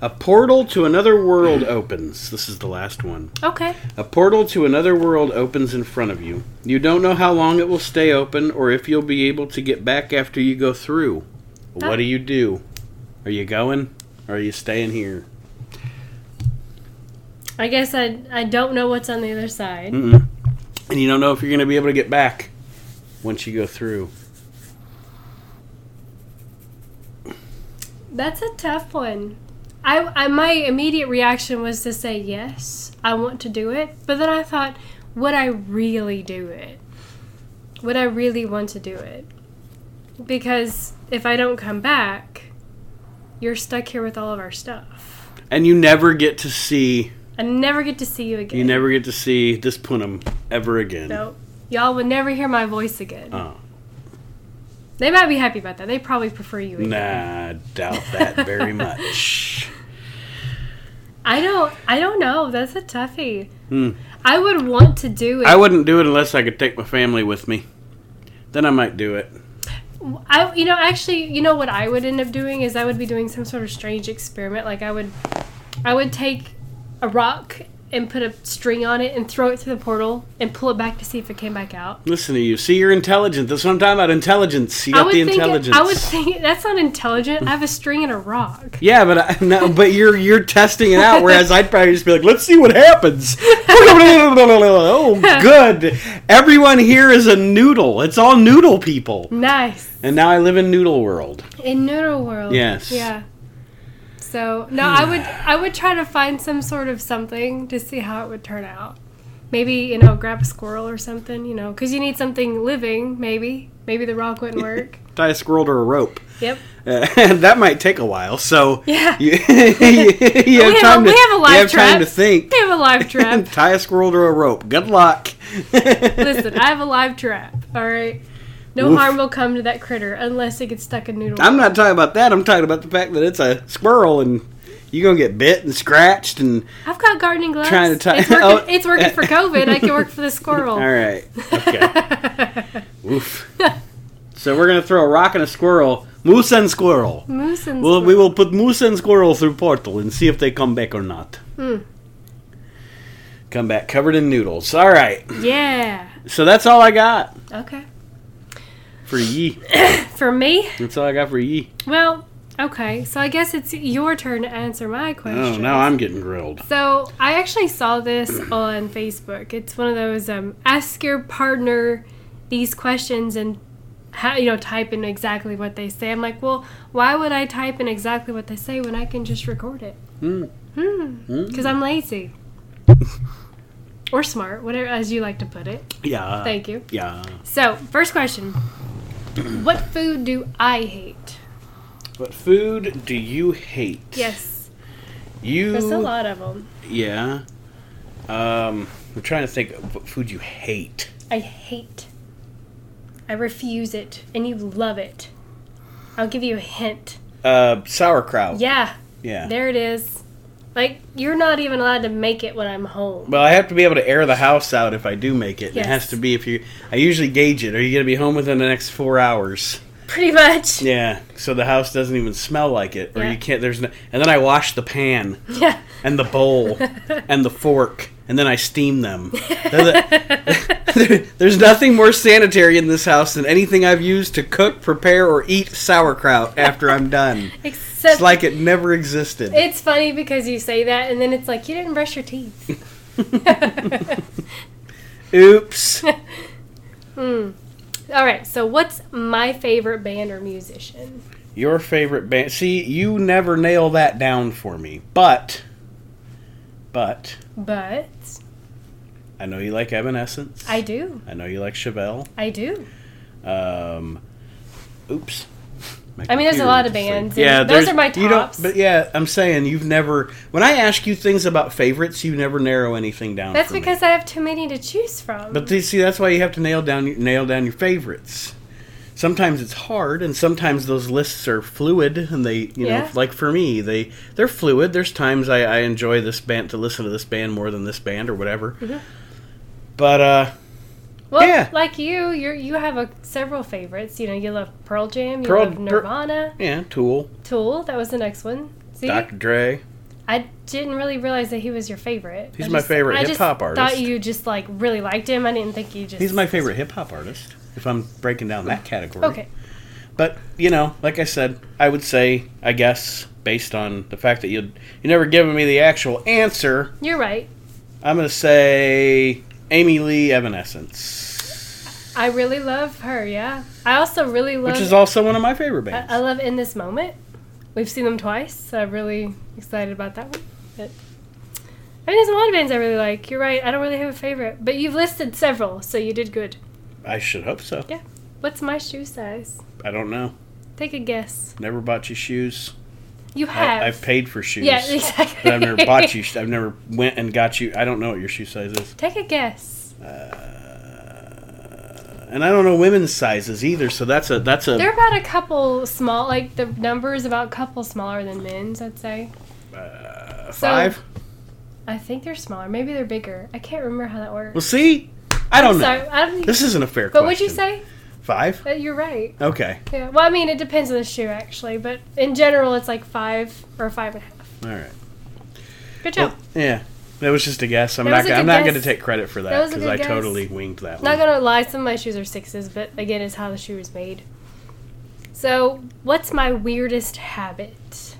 Speaker 1: A portal to another world opens. This is the last one.
Speaker 2: Okay.
Speaker 1: A portal to another world opens in front of you. You don't know how long it will stay open or if you'll be able to get back after you go through. What do you do? Are you going or are you staying here?
Speaker 2: I guess I I don't know what's on the other side.
Speaker 1: Mm-mm. And you don't know if you're going to be able to get back once you go through.
Speaker 2: That's a tough one. I, I my immediate reaction was to say yes, I want to do it, but then I thought, would I really do it? Would I really want to do it? Because if I don't come back, you're stuck here with all of our stuff.
Speaker 1: And you never get to see
Speaker 2: I never get to see you again.
Speaker 1: you never get to see this Punim ever again.
Speaker 2: Nope. Y'all would never hear my voice again.
Speaker 1: Oh.
Speaker 2: They might be happy about that. They probably prefer you. Again.
Speaker 1: Nah, I doubt that very much.
Speaker 2: I don't. I don't know. That's a toughie.
Speaker 1: Hmm.
Speaker 2: I would want to do it.
Speaker 1: I wouldn't do it unless I could take my family with me. Then I might do it.
Speaker 2: I, you know, actually, you know what I would end up doing is I would be doing some sort of strange experiment. Like I would, I would take a rock and put a string on it and throw it through the portal and pull it back to see if it came back out.
Speaker 1: Listen to you. See, you're intelligent. That's what I'm talking about. Intelligence. You
Speaker 2: I
Speaker 1: got
Speaker 2: would
Speaker 1: the
Speaker 2: think.
Speaker 1: intelligence.
Speaker 2: I would think that's not intelligent. I have a string and a rock.
Speaker 1: Yeah, but I, no, but you're you're testing it out. Whereas I'd probably just be like, let's see what happens. oh, good. Everyone here is a noodle. It's all noodle people.
Speaker 2: Nice
Speaker 1: And now I live in noodle world.
Speaker 2: in Noodle World.
Speaker 1: Yes.
Speaker 2: Yeah. So no, I would I would try to find some sort of something to see how it would turn out. Maybe you know, grab a squirrel or something. You know, because you need something living. Maybe maybe the rock wouldn't work.
Speaker 1: Tie a squirrel to a rope.
Speaker 2: Yep.
Speaker 1: Uh, that might take a while. So
Speaker 2: Yeah.
Speaker 1: you, you have
Speaker 2: have
Speaker 1: time
Speaker 2: a-
Speaker 1: to
Speaker 2: we have a live
Speaker 1: you have time
Speaker 2: trap.
Speaker 1: to think.
Speaker 2: I have a live trap.
Speaker 1: Tie a squirrel to a rope. Good luck.
Speaker 2: Listen, I have a live trap. All right. No
Speaker 1: Oof.
Speaker 2: harm will come to that critter unless it gets stuck in noodle.
Speaker 1: I'm not talking about that. I'm talking about the fact that it's a squirrel and you're gonna get bit and scratched and
Speaker 2: I've got gardening gloves.
Speaker 1: Trying to tie-
Speaker 2: it's, working,
Speaker 1: oh.
Speaker 2: it's working for COVID. I can work for the squirrel.
Speaker 1: all right. Okay. Oof. So we're gonna throw a rock and a squirrel, moose and squirrel.
Speaker 2: Moose and
Speaker 1: Well, we will put moose and squirrel through portal and see if they come back or not.
Speaker 2: Hmm.
Speaker 1: Come back covered in noodles. All right.
Speaker 2: squirrel. yeah.
Speaker 1: So that's all I got
Speaker 2: Okay.
Speaker 1: for ye.
Speaker 2: For me,
Speaker 1: That's all I got for ye.
Speaker 2: well, okay. So I guess it's your turn to answer my question.
Speaker 1: Oh, now I'm getting grilled.
Speaker 2: So I actually saw this on Facebook. It's one of those um, ask your partner these questions and how, you know type in exactly what they say. I'm like, well, why would I type in exactly what they say when I can just record it?
Speaker 1: Hmm. Hmm.
Speaker 2: Because I'm lazy. Or smart, whatever as you like to put it.
Speaker 1: Yeah.
Speaker 2: Thank you.
Speaker 1: Yeah.
Speaker 2: So, first question: What food do I hate?
Speaker 1: What food do you hate?
Speaker 2: Yes,
Speaker 1: You.
Speaker 2: there's a lot of them.
Speaker 1: Yeah. Um, I'm trying to think of what food you hate.
Speaker 2: I hate. I refuse it, and you love it. I'll give you a hint.
Speaker 1: Uh, sauerkraut.
Speaker 2: Yeah,
Speaker 1: Yeah.
Speaker 2: there it is. Like you're not even allowed to make it when I'm home.
Speaker 1: Well, I have to be able to air the house out if I do make it. and
Speaker 2: Yes.
Speaker 1: It has to be if you. I usually gauge it. Are you going to be home within the next four hours?
Speaker 2: Pretty much.
Speaker 1: Yeah. So the house doesn't even smell like it, or
Speaker 2: Yeah.
Speaker 1: you can't. There's no. And then I wash the pan
Speaker 2: Yeah.
Speaker 1: and the bowl and the fork, and then I steam them. They're the- there's nothing more sanitary in this house than anything I've used to cook, prepare, or eat sauerkraut after I'm done.
Speaker 2: Except
Speaker 1: It's like it never existed.
Speaker 2: it's funny because you say that, and then it's like you didn't brush your teeth.
Speaker 1: Oops.
Speaker 2: All right. So what's my favorite band or musician?
Speaker 1: Your favorite band. See, you never nail that down for me. But, but,
Speaker 2: But
Speaker 1: I know you like Evanescence.
Speaker 2: I do.
Speaker 1: I know you like Chevelle.
Speaker 2: I do.
Speaker 1: Um, oops. My
Speaker 2: I mean, there's a
Speaker 1: computer
Speaker 2: lot of
Speaker 1: just like-
Speaker 2: bands, and those
Speaker 1: there's-
Speaker 2: are my
Speaker 1: you don't-
Speaker 2: tops.
Speaker 1: but yeah, I'm saying you've never. When I ask you things about favorites, you never narrow anything down.
Speaker 2: That's
Speaker 1: for me.
Speaker 2: because I have too many to choose from.
Speaker 1: But th- see, that's why you have to nail down nail down your favorites. Sometimes it's hard, and sometimes those lists are fluid, and they, you know,
Speaker 2: Yeah.
Speaker 1: like for me, they they're fluid. There's times I, I enjoy this band to listen to this band more than this band or whatever.
Speaker 2: Mm-hmm.
Speaker 1: But uh,
Speaker 2: Well,
Speaker 1: Yeah.
Speaker 2: like you, you you have a, several favorites. You know, you love Pearl Jam, you
Speaker 1: Pearl-
Speaker 2: love
Speaker 1: Pearl-
Speaker 2: Nirvana,
Speaker 1: yeah, Tool,
Speaker 2: Tool. That was the next one. See,
Speaker 1: Dr. Dre,
Speaker 2: I didn't really realize that he was your favorite.
Speaker 1: He's
Speaker 2: I
Speaker 1: my favorite
Speaker 2: I
Speaker 1: hip-hop
Speaker 2: just
Speaker 1: artist.
Speaker 2: Thought you just like really liked him. I didn't think you just.
Speaker 1: he's my favorite hip hop artist. If I'm breaking down that category,
Speaker 2: Okay.
Speaker 1: But you know, like I said, I would say, I guess, based on the fact that you you never given me the actual answer,
Speaker 2: You're right.
Speaker 1: I'm gonna say Amy Lee Evanescence,
Speaker 2: I really love her. Yeah. I also really love.
Speaker 1: which is also one of my favorite
Speaker 2: I,
Speaker 1: bands.
Speaker 2: I love in this moment. We've seen them twice, so I'm really excited about that one. But, I mean, there's a lot of bands I really like. You're right. I don't really have a favorite, but you've listed several, so you did good.
Speaker 1: I should hope so.
Speaker 2: Yeah. What's my shoe size?
Speaker 1: I don't know.
Speaker 2: Take a guess.
Speaker 1: Never bought you shoes.
Speaker 2: You
Speaker 1: I,
Speaker 2: have.
Speaker 1: I've paid for shoes.
Speaker 2: yeah, exactly.
Speaker 1: But I've never bought you. I've never went and got you. I don't know what your shoe size is,
Speaker 2: Take a guess.
Speaker 1: Uh, and I don't know women's sizes either. So that's a that's a
Speaker 2: They're about a couple small, like the number is about a couple smaller than men's, I'd say.
Speaker 1: a five.
Speaker 2: I think they're smaller. Maybe they're bigger. I can't remember how that
Speaker 1: well,
Speaker 2: works.
Speaker 1: see, I don't know.
Speaker 2: So I don't.
Speaker 1: This isn't a fair
Speaker 2: but
Speaker 1: question.
Speaker 2: would you say
Speaker 1: five?
Speaker 2: that you're right?
Speaker 1: Okay,
Speaker 2: Yeah. Well, I mean, it depends on the shoe, actually. But in general, it's like five or five and a half.
Speaker 1: all right.
Speaker 2: Good job.
Speaker 1: Well, yeah, that was just a guess. I'm
Speaker 2: That
Speaker 1: not.
Speaker 2: was a
Speaker 1: Gonna,
Speaker 2: good
Speaker 1: I'm not
Speaker 2: guess.
Speaker 1: going to take credit for
Speaker 2: That
Speaker 1: that
Speaker 2: was a
Speaker 1: because
Speaker 2: good
Speaker 1: I
Speaker 2: guess.
Speaker 1: totally winged that
Speaker 2: Not
Speaker 1: one.
Speaker 2: gonna lie, some of my shoes are sixes, but again, it's how the shoe is made. So, what's my weirdest habit?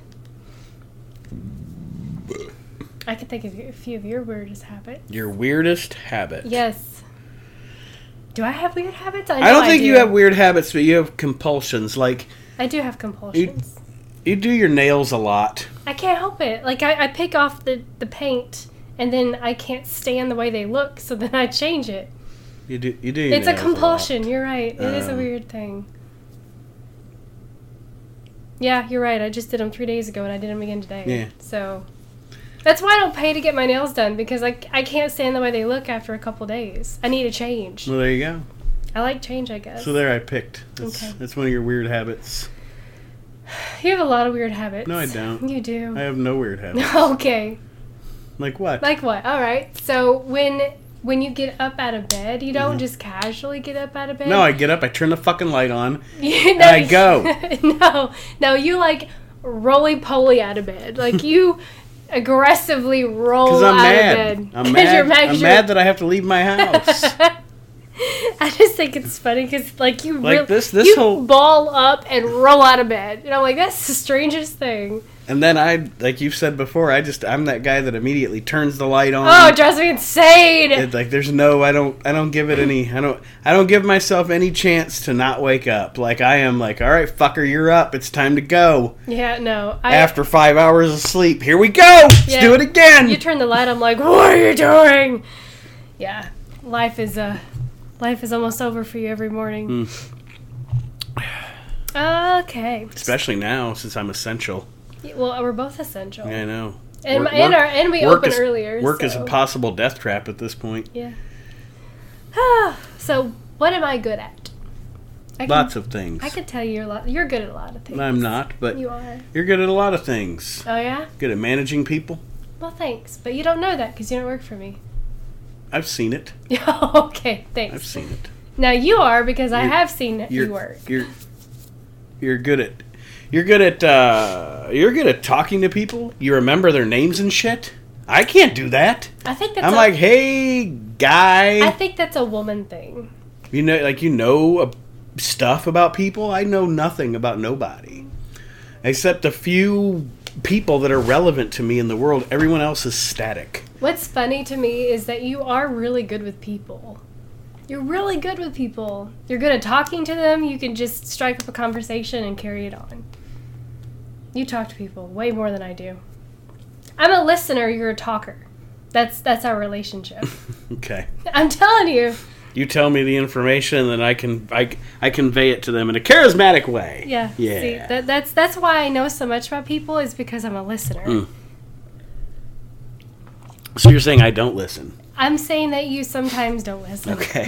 Speaker 2: I can think of a few of your weirdest habits.
Speaker 1: Your weirdest habit.
Speaker 2: Yes. Do I have weird habits?
Speaker 1: I
Speaker 2: know
Speaker 1: don't think
Speaker 2: do.
Speaker 1: you have weird habits, but you have compulsions. Like
Speaker 2: I do have compulsions.
Speaker 1: you do your nails a lot.
Speaker 2: I can't help it. Like I, I pick off the the paint, and then I can't stand the way they look, so then I change it.
Speaker 1: You do. You do. Your
Speaker 2: It's a
Speaker 1: nails lot.
Speaker 2: compulsion. You're right. It is a
Speaker 1: Um,
Speaker 2: weird thing. Yeah, you're right. I just did them three days ago, and I did them again today.
Speaker 1: Yeah.
Speaker 2: So that's why I don't pay to get my nails done because I, I can't stand the way they look after a couple days. I need a change.
Speaker 1: Well, there you go.
Speaker 2: I like change, I guess.
Speaker 1: So there, I picked. That's,
Speaker 2: Okay.
Speaker 1: that's one of your weird habits.
Speaker 2: you have a lot of weird habits.
Speaker 1: No, I don't.
Speaker 2: You do.
Speaker 1: I have no weird habits.
Speaker 2: okay.
Speaker 1: Like what?
Speaker 2: Like what? All right. So when when you get up out of bed, you don't just casually get up out of bed.
Speaker 1: Mm-hmm. no, I get up, I turn the fucking light on.
Speaker 2: You know,
Speaker 1: I go.
Speaker 2: no, no, you like roly poly out of bed. Like you aggressively roll
Speaker 1: Because I'm
Speaker 2: out
Speaker 1: mad.
Speaker 2: of bed.
Speaker 1: I'm mad.
Speaker 2: You're mad 'cause
Speaker 1: I'm
Speaker 2: you're-
Speaker 1: mad that I have to leave my house.
Speaker 2: I just think it's funny because like you
Speaker 1: Like
Speaker 2: real-
Speaker 1: this- this
Speaker 2: you
Speaker 1: whole-
Speaker 2: ball up and roll out of bed, and I'm like that's the strangest thing.
Speaker 1: and then I, like you've said before, I just I'm that guy that immediately turns the light on.
Speaker 2: Oh, it drives me insane.
Speaker 1: Um, It- like there's no I don't I don't give it any I don't I don't give myself any chance to not wake up. Like I am like, all right, fucker, you're up. It's time to go.
Speaker 2: yeah, no, I
Speaker 1: After five hours of sleep, here we go. Let's
Speaker 2: Yeah.
Speaker 1: do it again.
Speaker 2: you turn the light. I'm like, what are you doing? Yeah, life is uh, life is almost over for you every morning.
Speaker 1: Hmm.
Speaker 2: Okay.
Speaker 1: Especially now since I'm essential.
Speaker 2: Yeah, Well, we're both essential,
Speaker 1: I know.
Speaker 2: and
Speaker 1: Work-
Speaker 2: my, and,
Speaker 1: work-
Speaker 2: our, and we
Speaker 1: work
Speaker 2: open
Speaker 1: is,
Speaker 2: earlier.
Speaker 1: Work
Speaker 2: so.
Speaker 1: is a possible death trap at this point.
Speaker 2: Yeah. so what am I good at? I can,
Speaker 1: Lots of things.
Speaker 2: I could tell you're a lot. You're good at a lot of things.
Speaker 1: I'm not, but
Speaker 2: You are.
Speaker 1: you're good at a lot of things.
Speaker 2: Oh yeah.
Speaker 1: Good at managing people.
Speaker 2: Well, thanks, but you don't know that because you don't work for me.
Speaker 1: I've seen it.
Speaker 2: okay, thanks.
Speaker 1: I've seen it.
Speaker 2: Now you are because I
Speaker 1: You're-
Speaker 2: have seen that
Speaker 1: You're,
Speaker 2: you work.
Speaker 1: You're you're good at you're good at uh, you're good at talking to people. You remember their names and shit. I can't do that.
Speaker 2: I think that's.
Speaker 1: I'm
Speaker 2: a-
Speaker 1: like, hey, guy.
Speaker 2: I think that's a woman thing.
Speaker 1: You know, like you know uh, stuff about people. I know nothing about nobody, except the few people that are relevant to me in the world. Everyone else is static.
Speaker 2: What's funny to me is that you are really good with people. You're really good with people. You're good at talking to them. You can just strike up a conversation and carry it on. You talk to people way more than I do. I'm a listener, you're a talker. That's that's our relationship.
Speaker 1: Okay,
Speaker 2: I'm telling you.
Speaker 1: you tell me the information, and then I can I, I convey it to them in a charismatic way.
Speaker 2: Yeah.
Speaker 1: yeah.
Speaker 2: See, that, that's that's why I know so much about people is because I'm a listener.
Speaker 1: Mm. so you're saying I don't listen?
Speaker 2: I'm saying that you sometimes don't listen.
Speaker 1: Okay.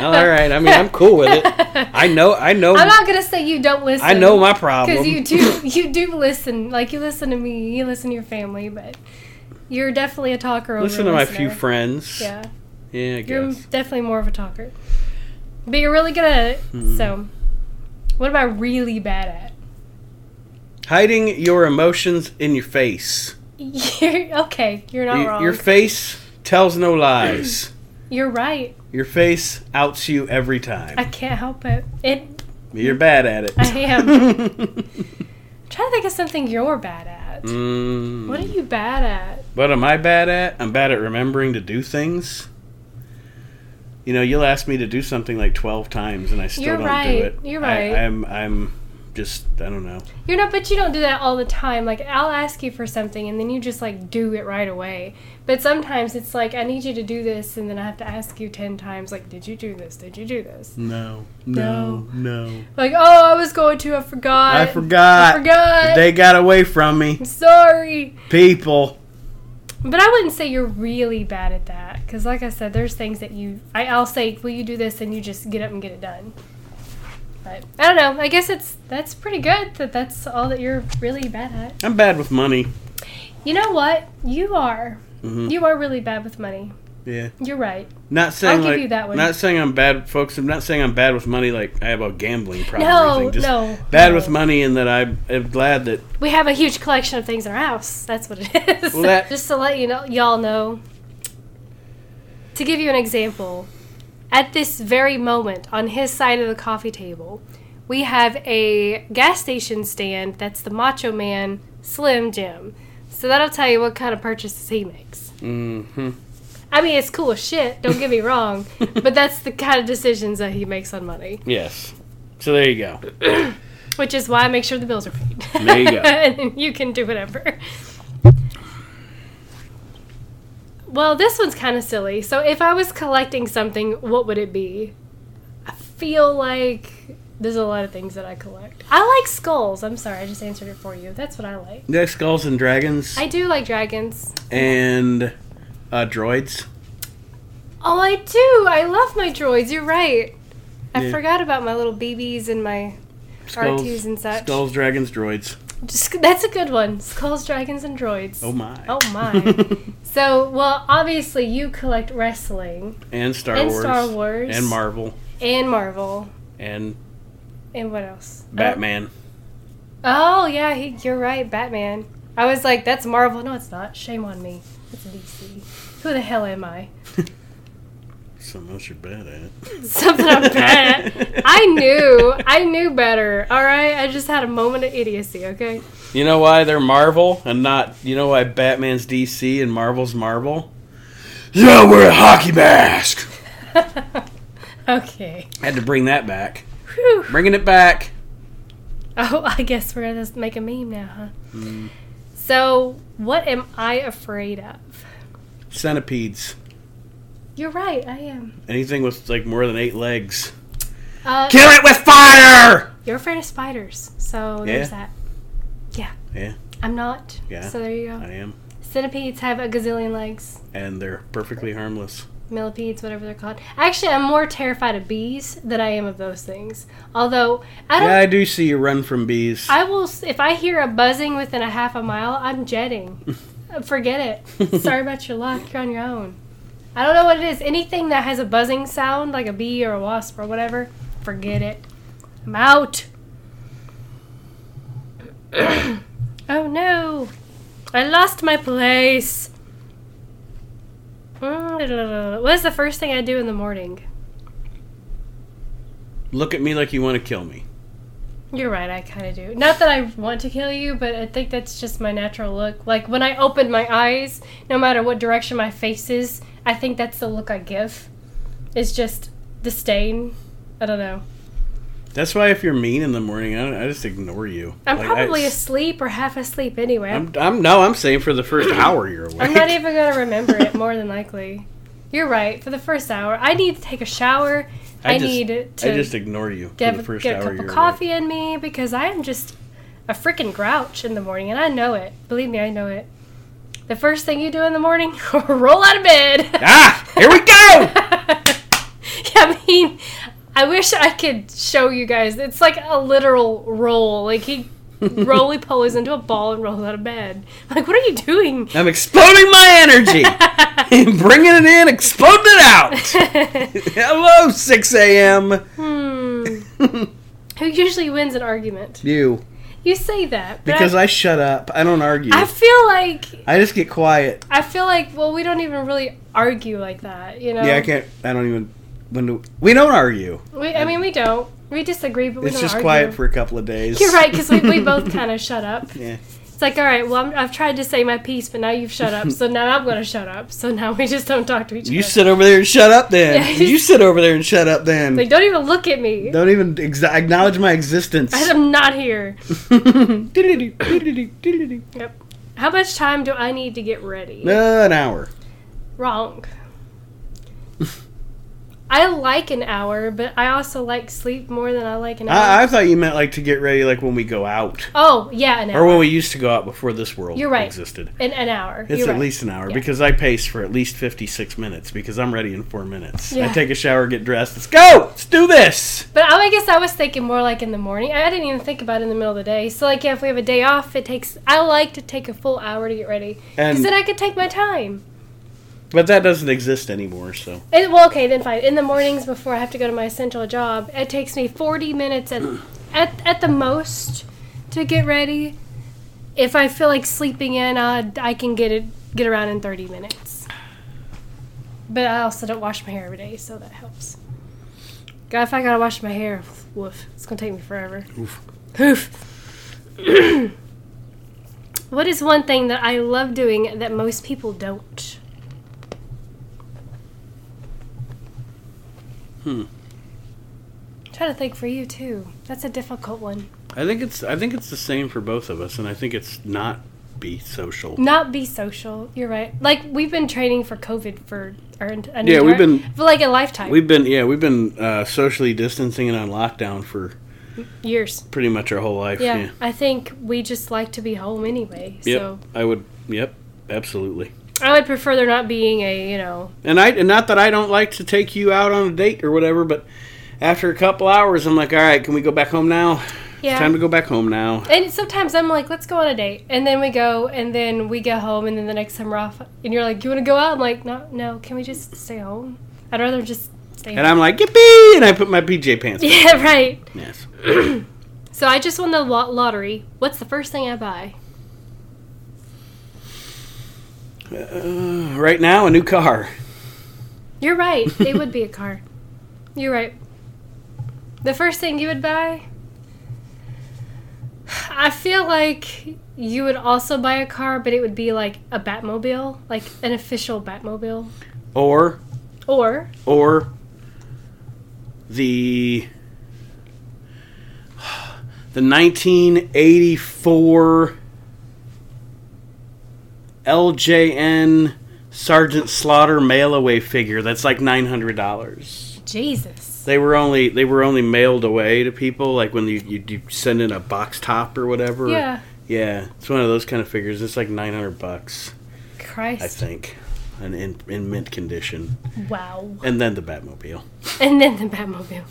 Speaker 1: All right. I mean, I'm cool with it. I know. I know.
Speaker 2: I'm not gonna say you don't listen.
Speaker 1: I know my problem.
Speaker 2: because you do you do listen like you listen to me you listen to your family but you're definitely a talker over
Speaker 1: listen
Speaker 2: a
Speaker 1: to my
Speaker 2: listener.
Speaker 1: few friends.
Speaker 2: yeah
Speaker 1: Yeah. I
Speaker 2: you're
Speaker 1: guess.
Speaker 2: definitely more of a talker but you're really good at it
Speaker 1: Hmm.
Speaker 2: so what am i really bad at
Speaker 1: Hiding your emotions in your face.
Speaker 2: you're okay you're not
Speaker 1: Y-
Speaker 2: wrong
Speaker 1: Your
Speaker 2: you're,
Speaker 1: face tells no lies.
Speaker 2: right
Speaker 1: Your face outs you every time.
Speaker 2: i can't help it it
Speaker 1: You're bad at it.
Speaker 2: I am.
Speaker 1: mm,
Speaker 2: I'm trying to think of something you're bad at what are you bad at
Speaker 1: What am I bad at? I'm bad at remembering to do things. You know, you'll ask me to do something like 12 times and I still
Speaker 2: You're
Speaker 1: don't
Speaker 2: right.
Speaker 1: do it.
Speaker 2: You're
Speaker 1: I-
Speaker 2: right.
Speaker 1: I'm I'm just I don't know.
Speaker 2: You're not, but you don't do that all the time. Like I'll ask you for something, and then you just like do it right away. But sometimes it's like I need you to do this, and then I have to ask you ten times. Like, did you do this? Did you do this?
Speaker 1: No, no, no.
Speaker 2: Like, oh, I was going to, I forgot.
Speaker 1: I forgot.
Speaker 2: I forgot.
Speaker 1: They got away from me.
Speaker 2: I'm sorry.
Speaker 1: People.
Speaker 2: But I wouldn't say you're really bad at that, because like I said, there's things that you I, I'll say, will you do this, and you just get up and get it done. But I don't know. I guess it's that's pretty good that that's all that you're really bad at.
Speaker 1: I'm bad with money.
Speaker 2: You know what? You are.
Speaker 1: Mhm.
Speaker 2: You are really bad with money.
Speaker 1: Yeah.
Speaker 2: You're right.
Speaker 1: Not saying
Speaker 2: give
Speaker 1: like
Speaker 2: you that one.
Speaker 1: not saying I'm bad, folks. I'm not saying I'm bad with money. Like I have a gambling problem. or
Speaker 2: No,
Speaker 1: anything. Just
Speaker 2: no,
Speaker 1: Bad
Speaker 2: no.
Speaker 1: with money, and that I am glad that
Speaker 2: We have a huge collection of things in our house. That's what it is.
Speaker 1: Well, that-
Speaker 2: Just to let you know, y'all know. To give you an example, at this very moment on his side of the coffee table, we have a gas station stand that's the Macho Man Slim Jim. So that'll tell you what kind of purchases he makes.
Speaker 1: hmm
Speaker 2: I mean, it's cool as shit. Don't get me wrong, but that's the kind of decisions that he makes on money,
Speaker 1: yes. So there you go.
Speaker 2: which is why I make sure the bills are paid.
Speaker 1: There you go.
Speaker 2: and then you can do whatever. Well, this one's kind of silly. So, if I was collecting something, what would it be? I feel like there's a lot of things that I collect. I like skulls. I'm sorry, I just answered it for you. That's what I like.
Speaker 1: Next, skulls and dragons
Speaker 2: I do like dragons.
Speaker 1: and uh, droids.
Speaker 2: Oh, I do. I love my droids. You're right. I
Speaker 1: Yeah.
Speaker 2: forgot about my little BBs and my
Speaker 1: Skulls,
Speaker 2: R2s and such.
Speaker 1: Skulls, dragons, droids.
Speaker 2: Just, that's a good one. Skulls, dragons, and droids.
Speaker 1: Oh my.
Speaker 2: Oh my. so, well, obviously you collect wrestling
Speaker 1: and Star
Speaker 2: and
Speaker 1: Wars.
Speaker 2: Star Wars
Speaker 1: And Marvel.
Speaker 2: and Marvel
Speaker 1: And
Speaker 2: and what else? I don't-
Speaker 1: Batman.
Speaker 2: Oh yeah, he, you're right, Batman. I was like, that's Marvel. No, it's not. Shame on me. It's DC. Who the hell am I?
Speaker 1: Something else you're bad at.
Speaker 2: Something I'm bad at. I knew. I knew better. All right. I just had a moment of idiocy. Okay.
Speaker 1: You know why they're Marvel and not, you know why Batman's DC and Marvel's Marvel? Yeah, wear a hockey mask!
Speaker 2: okay.
Speaker 1: Had to bring that back.
Speaker 2: Whew.
Speaker 1: Bringing it back.
Speaker 2: Oh, I guess we're gonna make a meme now, huh?
Speaker 1: Mm.
Speaker 2: So, what am I afraid of?
Speaker 1: Centipedes.
Speaker 2: You're right. I am.
Speaker 1: Anything with like more than eight legs.
Speaker 2: Uh,
Speaker 1: Kill it with fire!
Speaker 2: You're afraid of spiders, so there's
Speaker 1: Yeah.
Speaker 2: that. Yeah.
Speaker 1: Yeah.
Speaker 2: I'm not.
Speaker 1: Yeah.
Speaker 2: So there you go.
Speaker 1: I am.
Speaker 2: Centipedes have a gazillion legs.
Speaker 1: And they're perfectly harmless.
Speaker 2: Millipedes, whatever they're called. Actually, I'm more terrified of bees than I am of those things. Although I don't.
Speaker 1: Yeah, I do see you run from bees.
Speaker 2: I will. s- If I hear a buzzing within a half a mile, I'm jetting. Uh, Forget it. Sorry about your luck. You're on your own. I don't know what it is. Anything that has a buzzing sound, like a bee or a wasp or whatever, forget it. I'm out. oh no. I lost my place. Mm, What is the first thing I do in the morning?
Speaker 1: Look at me like you want to kill me.
Speaker 2: You're right, I kind of do. Not that I want to kill you, but I think that's just my natural look. Like when I open my eyes, no matter what direction my face is, I think that's the look I give. It's just disdain. I don't know.
Speaker 1: That's why if you're mean in the morning, I, I just ignore you.
Speaker 2: I'm
Speaker 1: Like, I-
Speaker 2: probably asleep or half asleep anyway. I'm,
Speaker 1: I'm, I'm no, I'm saying for the first hour you're awake.
Speaker 2: I'm not even going to remember it more than likely. You're right. For the first hour, I need to take a shower. I,
Speaker 1: just-
Speaker 2: need to
Speaker 1: I just ignore you for the
Speaker 2: get,
Speaker 1: first
Speaker 2: get
Speaker 1: hour
Speaker 2: a cup of
Speaker 1: you're
Speaker 2: coffee in me because I am just a freaking grouch in the morning, and I know it. Believe me, I know it. The first thing you do in the morning, roll out of bed.
Speaker 1: awake. Ah, here we go.
Speaker 2: I mean, I wish I could show you guys. It's like a literal roll. Like he roly polies into a ball and rolls out of bed. Like, what are you doing?
Speaker 1: I'm exploding my energy, bringing it in, exploding it out. Hello, 6 a.m.
Speaker 2: hmm. Who usually wins an argument?
Speaker 1: You,
Speaker 2: You say that but
Speaker 1: because
Speaker 2: I,
Speaker 1: I shut up. I don't argue.
Speaker 2: I feel like
Speaker 1: I just get quiet.
Speaker 2: I feel like well, we don't even really argue like that, you know.
Speaker 1: Yeah, I can't. I don't even. When do, we don't argue.
Speaker 2: We, I mean, we don't. We disagree, but we
Speaker 1: It's
Speaker 2: don't
Speaker 1: just
Speaker 2: argue.
Speaker 1: quiet for a couple of days.
Speaker 2: You're right, because we, we both kind of shut up.
Speaker 1: Yeah.
Speaker 2: It's like, all right, well, I'm, I've tried to say my piece, but now you've shut up. So now I'm going to shut up. So now we just don't talk to each
Speaker 3: You
Speaker 2: other.
Speaker 3: sit over there and shut up then.
Speaker 2: Yeah.
Speaker 3: You sit over there and shut up then.
Speaker 2: like, don't even look at me.
Speaker 1: Don't even ex- acknowledge my existence.
Speaker 2: I'm not here.
Speaker 1: Diddly-doo, diddly-doo, diddly-doo.
Speaker 2: Yep. How much time do I need to get ready?
Speaker 1: Uh, an hour.
Speaker 2: Wrong. I like an hour, but I also like sleep more than I like an hour.
Speaker 1: I, I thought you meant like to get ready, like when we go out,
Speaker 2: oh, yeah, an
Speaker 1: or
Speaker 2: hour.
Speaker 1: when we used to go out before this world
Speaker 2: You're right.
Speaker 1: existed.
Speaker 2: An, an hour.
Speaker 1: It's
Speaker 2: You're
Speaker 1: at
Speaker 2: right.
Speaker 1: least an hour
Speaker 2: Yeah.
Speaker 1: because I pace for at least 56 minutes because I'm ready in four minutes. I
Speaker 2: Yeah.
Speaker 1: take a shower, get dressed. Let's go! Let's do this!
Speaker 2: But I I guess I was thinking more like in the morning. I didn't even think about it in the middle of the day. So like, yeah, if we have a day off, it takes. I like to take a full hour to get ready because
Speaker 1: And
Speaker 2: then I could take my time.
Speaker 1: But that doesn't exist anymore, so.
Speaker 2: And, well, okay, then fine. In the mornings before I have to go to my essential job, it takes me forty minutes at at, at the most to get ready. If I feel like sleeping in, uh, I can get it get around in thirty minutes. But I also don't wash my hair every day, so that helps. God, if I gotta wash my hair, woof, it's gonna take me forever. Poof. what is one thing that I love doing that most people don't?
Speaker 1: Hmm.
Speaker 2: Try to think for you too. That's a difficult one.
Speaker 1: I think it's I think it's the same for both of us, and I think it's not be social.
Speaker 2: Not be social. You're right. Like we've been training for COVID for our ent- an
Speaker 1: Yeah, we've
Speaker 2: entire-
Speaker 1: been-
Speaker 2: for like a lifetime,
Speaker 1: We've been yeah we've been uh, socially distancing and on lockdown for
Speaker 2: years.
Speaker 1: pretty much our whole life.
Speaker 2: Yeah, I think we just like to be home anyway.
Speaker 1: Yep.
Speaker 2: So
Speaker 1: I would. Yep. Absolutely.
Speaker 2: I would prefer there not being a you know
Speaker 1: And I and not that I don't like to take you out on a date or whatever, but after a couple hours, I'm like, all right, can we go back home now?
Speaker 2: yeah.
Speaker 1: It's time to go back home now.
Speaker 2: And sometimes I'm like, let's go on a date, and then we go, and then we get home, and then the next time we're off, and you're like, you want to go out? I'm like, no, no. Can we just stay home? I'd rather just stay.
Speaker 1: And
Speaker 2: home.
Speaker 1: I'm like, yippee! And I put my PJ pants. on.
Speaker 2: yeah, right.
Speaker 1: Yes.
Speaker 2: So I just won the lo- lottery. What's the first thing I buy?
Speaker 1: Uh, right now, a new car.
Speaker 2: You're right. It would be a car. You're right. The first thing you would buy? I feel like you would also buy a car, but it would be like a Batmobile, like an official Batmobile.
Speaker 1: Or
Speaker 2: Or,
Speaker 1: or the the 1984 LJN Sergeant Slaughter mail away figure that's like $900.
Speaker 2: Jesus.
Speaker 1: They were only they were only mailed away to people like when you you, you send in a box top or whatever.
Speaker 2: Yeah.
Speaker 1: Yeah, it's one of those kind of figures. It's like 900 bucks, I
Speaker 2: Christ.
Speaker 1: think. And in, in mint condition.
Speaker 2: Wow.
Speaker 1: And then the Batmobile.
Speaker 2: And then the Batmobile.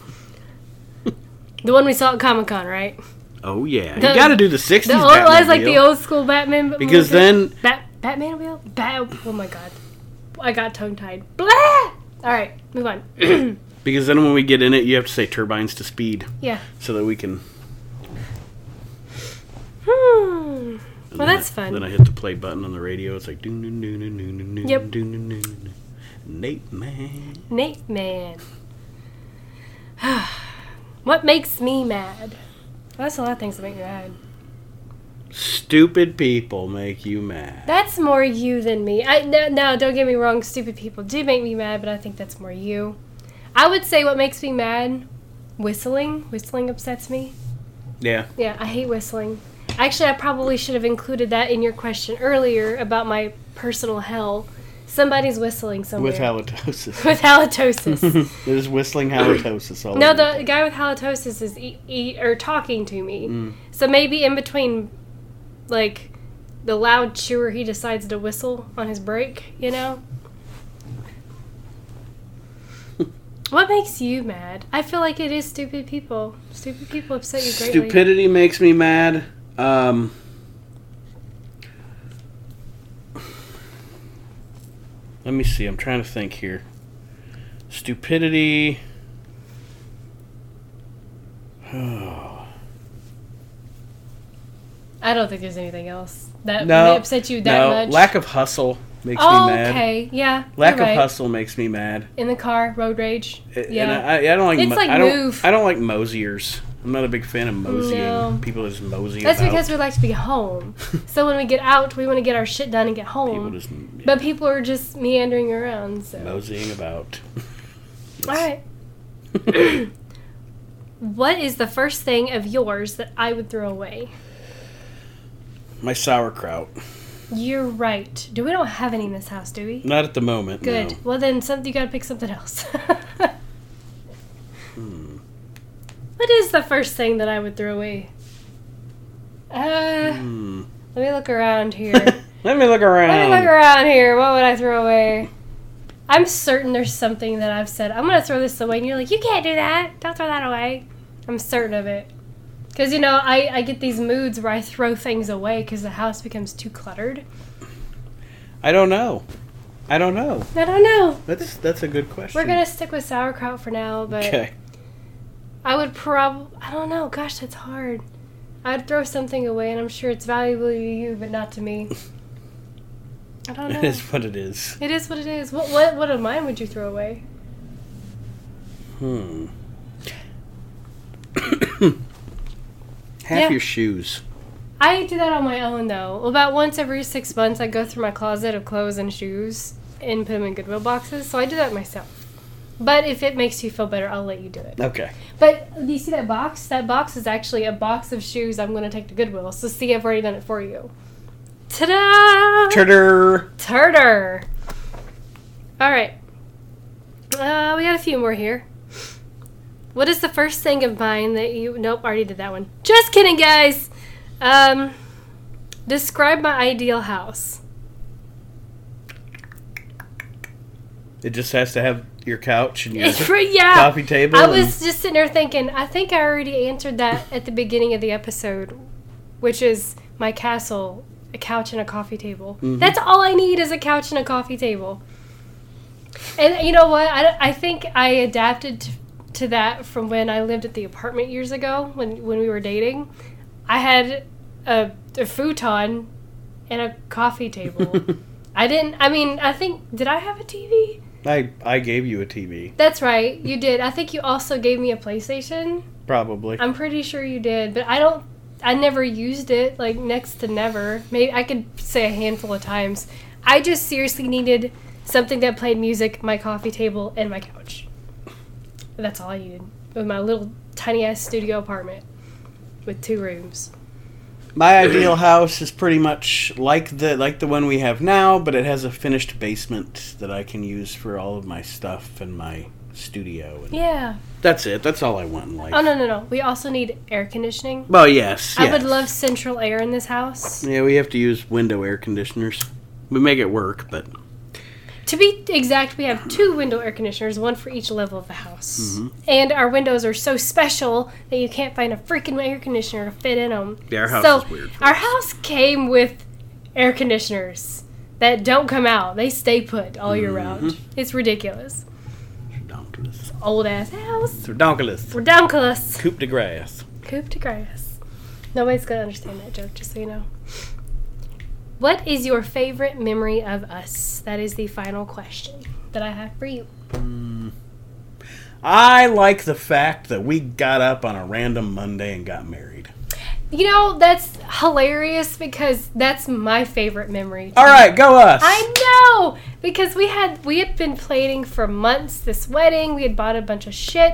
Speaker 2: the one we saw at Comic Con, right?
Speaker 1: Oh yeah,
Speaker 2: The-
Speaker 1: you got to do the '60s.
Speaker 2: The old, I was like the
Speaker 1: Batmobile.
Speaker 2: old school Batman.
Speaker 1: Because then-
Speaker 2: Bat Batman wheel. Bat. Oh my god, I got tongue tied. Blah. All right, move on.
Speaker 1: because then when we get in it, you have to say turbines to speed
Speaker 2: yeah.
Speaker 1: so that we can.
Speaker 2: Hmm.
Speaker 1: and
Speaker 2: Well,
Speaker 1: then
Speaker 2: that's
Speaker 1: I-
Speaker 2: fun.
Speaker 1: Then I hit the play button on the radio. It's like doo doo doo doo doo doo doo
Speaker 2: Yep.
Speaker 1: doo doo doo doo. Nate man.
Speaker 2: Nate man. what makes me mad? Well, that's a lot of things that make me mad.
Speaker 1: Stupid people make you mad.
Speaker 2: That's more you than me. I no, no, don't get me wrong. Stupid people do make me mad, but I think that's more you. I would say what makes me mad, whistling. Whistling upsets me.
Speaker 1: Yeah.
Speaker 2: Yeah, I hate whistling. Actually, I probably should have included that in your question earlier about my personal hell. Somebody's whistling somewhere.
Speaker 1: With halitosis.
Speaker 2: With halitosis.
Speaker 1: There's whistling halitosis all
Speaker 2: no,
Speaker 1: over.
Speaker 2: the guy with halitosis is e- e- or talking to me.
Speaker 1: Mm.
Speaker 2: So maybe in between, like, the loud chewer, he decides to whistle on his break. You know. what makes you mad? I feel like it is stupid people. Stupid people upset you greatly.
Speaker 1: Stupidity makes me mad. Um, let me see. I'm trying to think here. Stupidity. Oh.
Speaker 2: I don't think there's anything else that
Speaker 1: No,
Speaker 2: may upset you that
Speaker 1: no,
Speaker 2: much.
Speaker 1: lack of hustle makes
Speaker 2: oh,
Speaker 1: me mad.
Speaker 2: okay, yeah.
Speaker 1: Lack
Speaker 2: you're right.
Speaker 1: of hustle makes me mad.
Speaker 2: in the car, road rage.
Speaker 1: A-
Speaker 2: Yeah.
Speaker 1: And I, I don't like.
Speaker 2: It's like
Speaker 1: I don't,
Speaker 2: move.
Speaker 1: I don't like mosiers. I'm not a big fan of moseying.
Speaker 2: No.
Speaker 1: People that just mosey
Speaker 2: That's
Speaker 1: about.
Speaker 2: because we like to be home. so when we get out, we want to get our shit done and get
Speaker 1: people
Speaker 2: home.
Speaker 1: just yeah,
Speaker 2: but people are just meandering around. So
Speaker 1: moseying about.
Speaker 2: all right. What is the first thing of yours that I would throw away?
Speaker 1: My sauerkraut.
Speaker 2: You're right. Do we don't have any in this house, do we?
Speaker 1: Not at the moment.
Speaker 2: Good.
Speaker 1: no.
Speaker 2: Well then, something you gotta pick something else.
Speaker 1: Hmm.
Speaker 2: What is the first thing that I would throw away? Uh,
Speaker 1: Hmm.
Speaker 2: let me look around here.
Speaker 1: Let me look around.
Speaker 2: Let me look around here. What would I throw away? I'm certain there's something that I've said. I'm gonna throw this away, and you're like, you can't do that. Don't throw that away. I'm certain of it. Cause you know, I, I get these moods where I throw things away because the house becomes too cluttered.
Speaker 1: I don't know. I don't know.
Speaker 2: I don't know.
Speaker 1: That's that's a good question.
Speaker 2: We're gonna stick with sauerkraut for now, but
Speaker 1: Okay.
Speaker 2: I would probably I don't know. Gosh, that's hard. I'd throw something away, and I'm sure it's valuable to you, but not to me. I don't know.
Speaker 1: It is what it is.
Speaker 2: It is what it is. What what what of mine would you throw away?
Speaker 1: Hmm. Half
Speaker 2: Yeah.
Speaker 1: your shoes.
Speaker 2: I do that on my own though. About once every six months, I go through my closet of clothes and shoes and put them in Goodwill boxes. So I do that myself. But if it makes you feel better, I'll let you do it.
Speaker 1: Okay.
Speaker 2: But do you see that box? That box is actually a box of shoes I'm going to take to Goodwill. So see, I've already done it for you. Ta da!
Speaker 1: Turner.
Speaker 2: Turner! All right. Uh, we got a few more here. What is the first thing of mine that you. Nope, already did that one. Just kidding, guys! Um, describe my ideal house.
Speaker 1: It just has to have your couch and your
Speaker 2: yeah!
Speaker 1: coffee table.
Speaker 2: I
Speaker 1: and-
Speaker 2: was just sitting there thinking, I think I already answered that at the beginning of the episode, which is my castle, a couch and a coffee table. That's all I need is a couch and a coffee table. And you know what? I, I think I adapted to, to that from when I lived at the apartment years ago when, when we were dating. I had a, a futon and a coffee table. I didn't, I mean, I think, did I have a TV?
Speaker 1: I I gave you a TV,
Speaker 2: That's right, you did. I think you also gave me a PlayStation.
Speaker 1: probably.
Speaker 2: I'm pretty sure you did, but I don't. I never used it, like next to never. Maybe I could say a handful of times. I just seriously needed something that played music, my coffee table, and my couch. And that's all I needed with my little tiny ass studio apartment with two rooms.
Speaker 1: My ideal house is pretty much like the like the one we have now, but it has a finished basement that I can use for all of my stuff and my studio. And
Speaker 2: Yeah.
Speaker 1: That's it. That's all I want in life.
Speaker 2: Oh no no no. We also need air conditioning.
Speaker 1: Well, yes,
Speaker 2: I would
Speaker 1: yes.
Speaker 2: love central air in this house.
Speaker 1: Yeah, we have to use window air conditioners. We make it work, but
Speaker 2: To be exact, we have two window air conditioners, one for each level of the house.
Speaker 1: Mm-hmm.
Speaker 2: And our windows are so special that you can't find a freaking air conditioner to fit in them.
Speaker 1: Yeah, our house
Speaker 2: so
Speaker 1: is weird for
Speaker 2: Our house came with air conditioners that don't come out, they stay put all
Speaker 1: Mm-hmm.
Speaker 2: year round. It's ridiculous.
Speaker 1: redonkulous.
Speaker 2: Old ass house.
Speaker 1: It's redonkulous.
Speaker 2: Redonkulous.
Speaker 1: Coupe de grass.
Speaker 2: Coop de grass. Nobody's going to understand that joke, just so you know. What is your favorite memory of us? That is the final question that I have for you.
Speaker 1: I like the fact that we got up on a random Monday and got married.
Speaker 2: You know, that's hilarious because that's my favorite memory.
Speaker 1: All right, go us.
Speaker 2: I know because we had we had been planning for months this wedding. We had bought a bunch of shit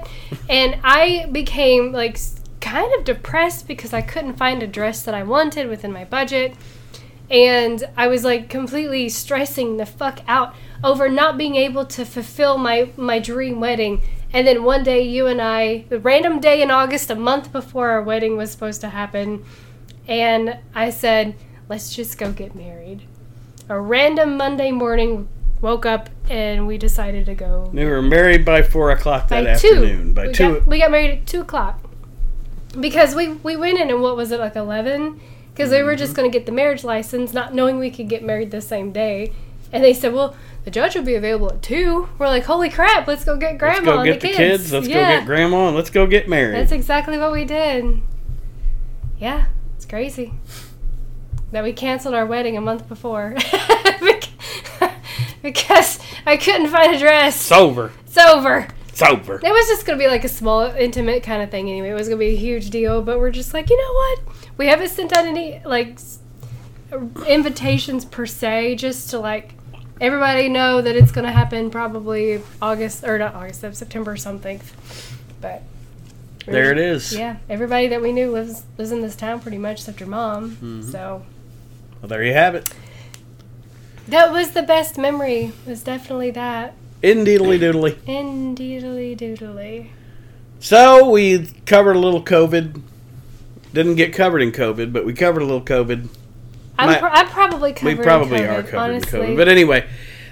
Speaker 2: and I became like s- kind of depressed because I couldn't find a dress that I wanted within my budget. And I was like completely stressing the fuck out over not being able to fulfill my my dream wedding. And then one day you and I, the random day in August a month before our wedding was supposed to happen, and I said, "Let's just go get married." a random Monday morning woke up and we decided to go
Speaker 1: we were married by four o'clock that
Speaker 2: by
Speaker 1: afternoon.
Speaker 2: two.
Speaker 1: By
Speaker 2: we
Speaker 1: two,
Speaker 2: got, we got married at two o'clock because we we went in and what was it like eleven because they were just
Speaker 1: Mm-hmm.
Speaker 2: going to get the marriage license, not knowing we could get married the same day, and they said, well. The judge will be available at two. We're like, holy crap! Let's go get
Speaker 1: let's
Speaker 2: grandma
Speaker 1: go
Speaker 2: and
Speaker 1: get the kids. Let's
Speaker 2: Yeah.
Speaker 1: go get grandma and let's go get married.
Speaker 2: That's exactly what we did. Yeah, it's crazy that we canceled our wedding a month before Bec- because I couldn't find a dress.
Speaker 1: it's over.
Speaker 2: It's over.
Speaker 1: It's, It's over.
Speaker 2: It was just going to be like a small, intimate kind of thing anyway. It was going to be a huge deal, but we're just like, you know what? We haven't sent out any, like, s- invitations per se, just to, like, everybody know that it's going to happen probably August, or not August, uh, September or something. But. we were
Speaker 1: There it
Speaker 2: just-
Speaker 1: is.
Speaker 2: Yeah, everybody that we knew lives lives in this town pretty much except your mom.
Speaker 1: Mm-hmm.
Speaker 2: So
Speaker 1: Well, there you have it.
Speaker 2: that was the best memory. Was definitely that.
Speaker 1: Indeedly doodly.
Speaker 2: Indeedly doodly.
Speaker 1: So we covered a little COVID. Didn't get covered in COVID, but we covered a little COVID.
Speaker 2: I'm,
Speaker 1: My-
Speaker 2: pro- I'm probably covered.
Speaker 1: we probably
Speaker 2: in COVID,
Speaker 1: are covered
Speaker 2: honestly.
Speaker 1: in COVID. But anyway,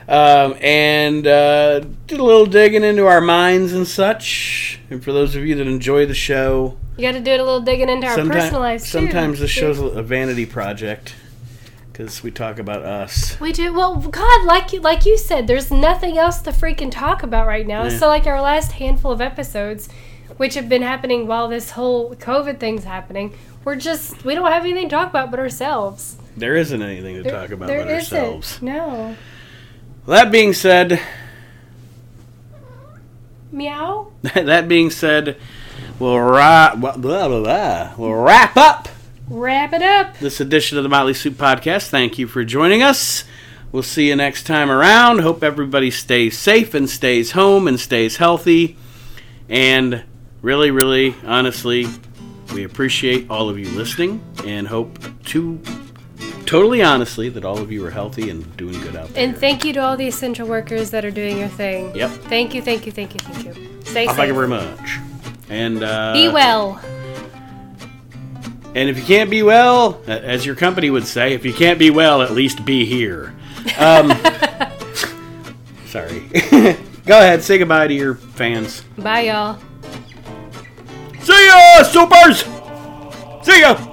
Speaker 1: um, and uh, did a little digging into our minds and such. And for those of you that enjoy the show,
Speaker 2: you got to do it a little digging into our
Speaker 1: someti-
Speaker 2: personal lives too.
Speaker 1: sometimes this show's a vanity project because we talk about us.
Speaker 2: We do well. God, like you, like you said, there's nothing else to freaking talk about right now.
Speaker 1: Yeah.
Speaker 2: So like our last handful of episodes, which have been happening while this whole COVID thing's happening, we're just we don't have anything to talk about but ourselves.
Speaker 1: There isn't anything to talk about
Speaker 2: There
Speaker 1: but
Speaker 2: isn't.
Speaker 1: ourselves.
Speaker 2: No.
Speaker 1: That being said,
Speaker 2: Meow.
Speaker 1: that being said, we'll, ri- blah, blah, blah, blah. we'll wrap up
Speaker 2: Wrap it up.
Speaker 1: this edition of the Motley Soup Podcast. Thank you for joining us. We'll see you next time around. Hope everybody stays safe and stays home and stays healthy. And really, really, honestly, we appreciate all of you listening and hope to totally honestly that all of you are healthy and doing good out there.
Speaker 2: And thank you to all the essential workers that are doing your thing.
Speaker 1: Yep.
Speaker 2: Thank you. Thank you. Thank you. Thank you. Stay
Speaker 1: Thank you
Speaker 2: safe.
Speaker 1: very much. And uh,
Speaker 2: Be well.
Speaker 1: And if you can't be well, a- as your company would say, if you can't be well, at least be here. Um, sorry. Go ahead, say goodbye to your fans.
Speaker 2: Bye, y'all.
Speaker 1: See ya, supers! See ya!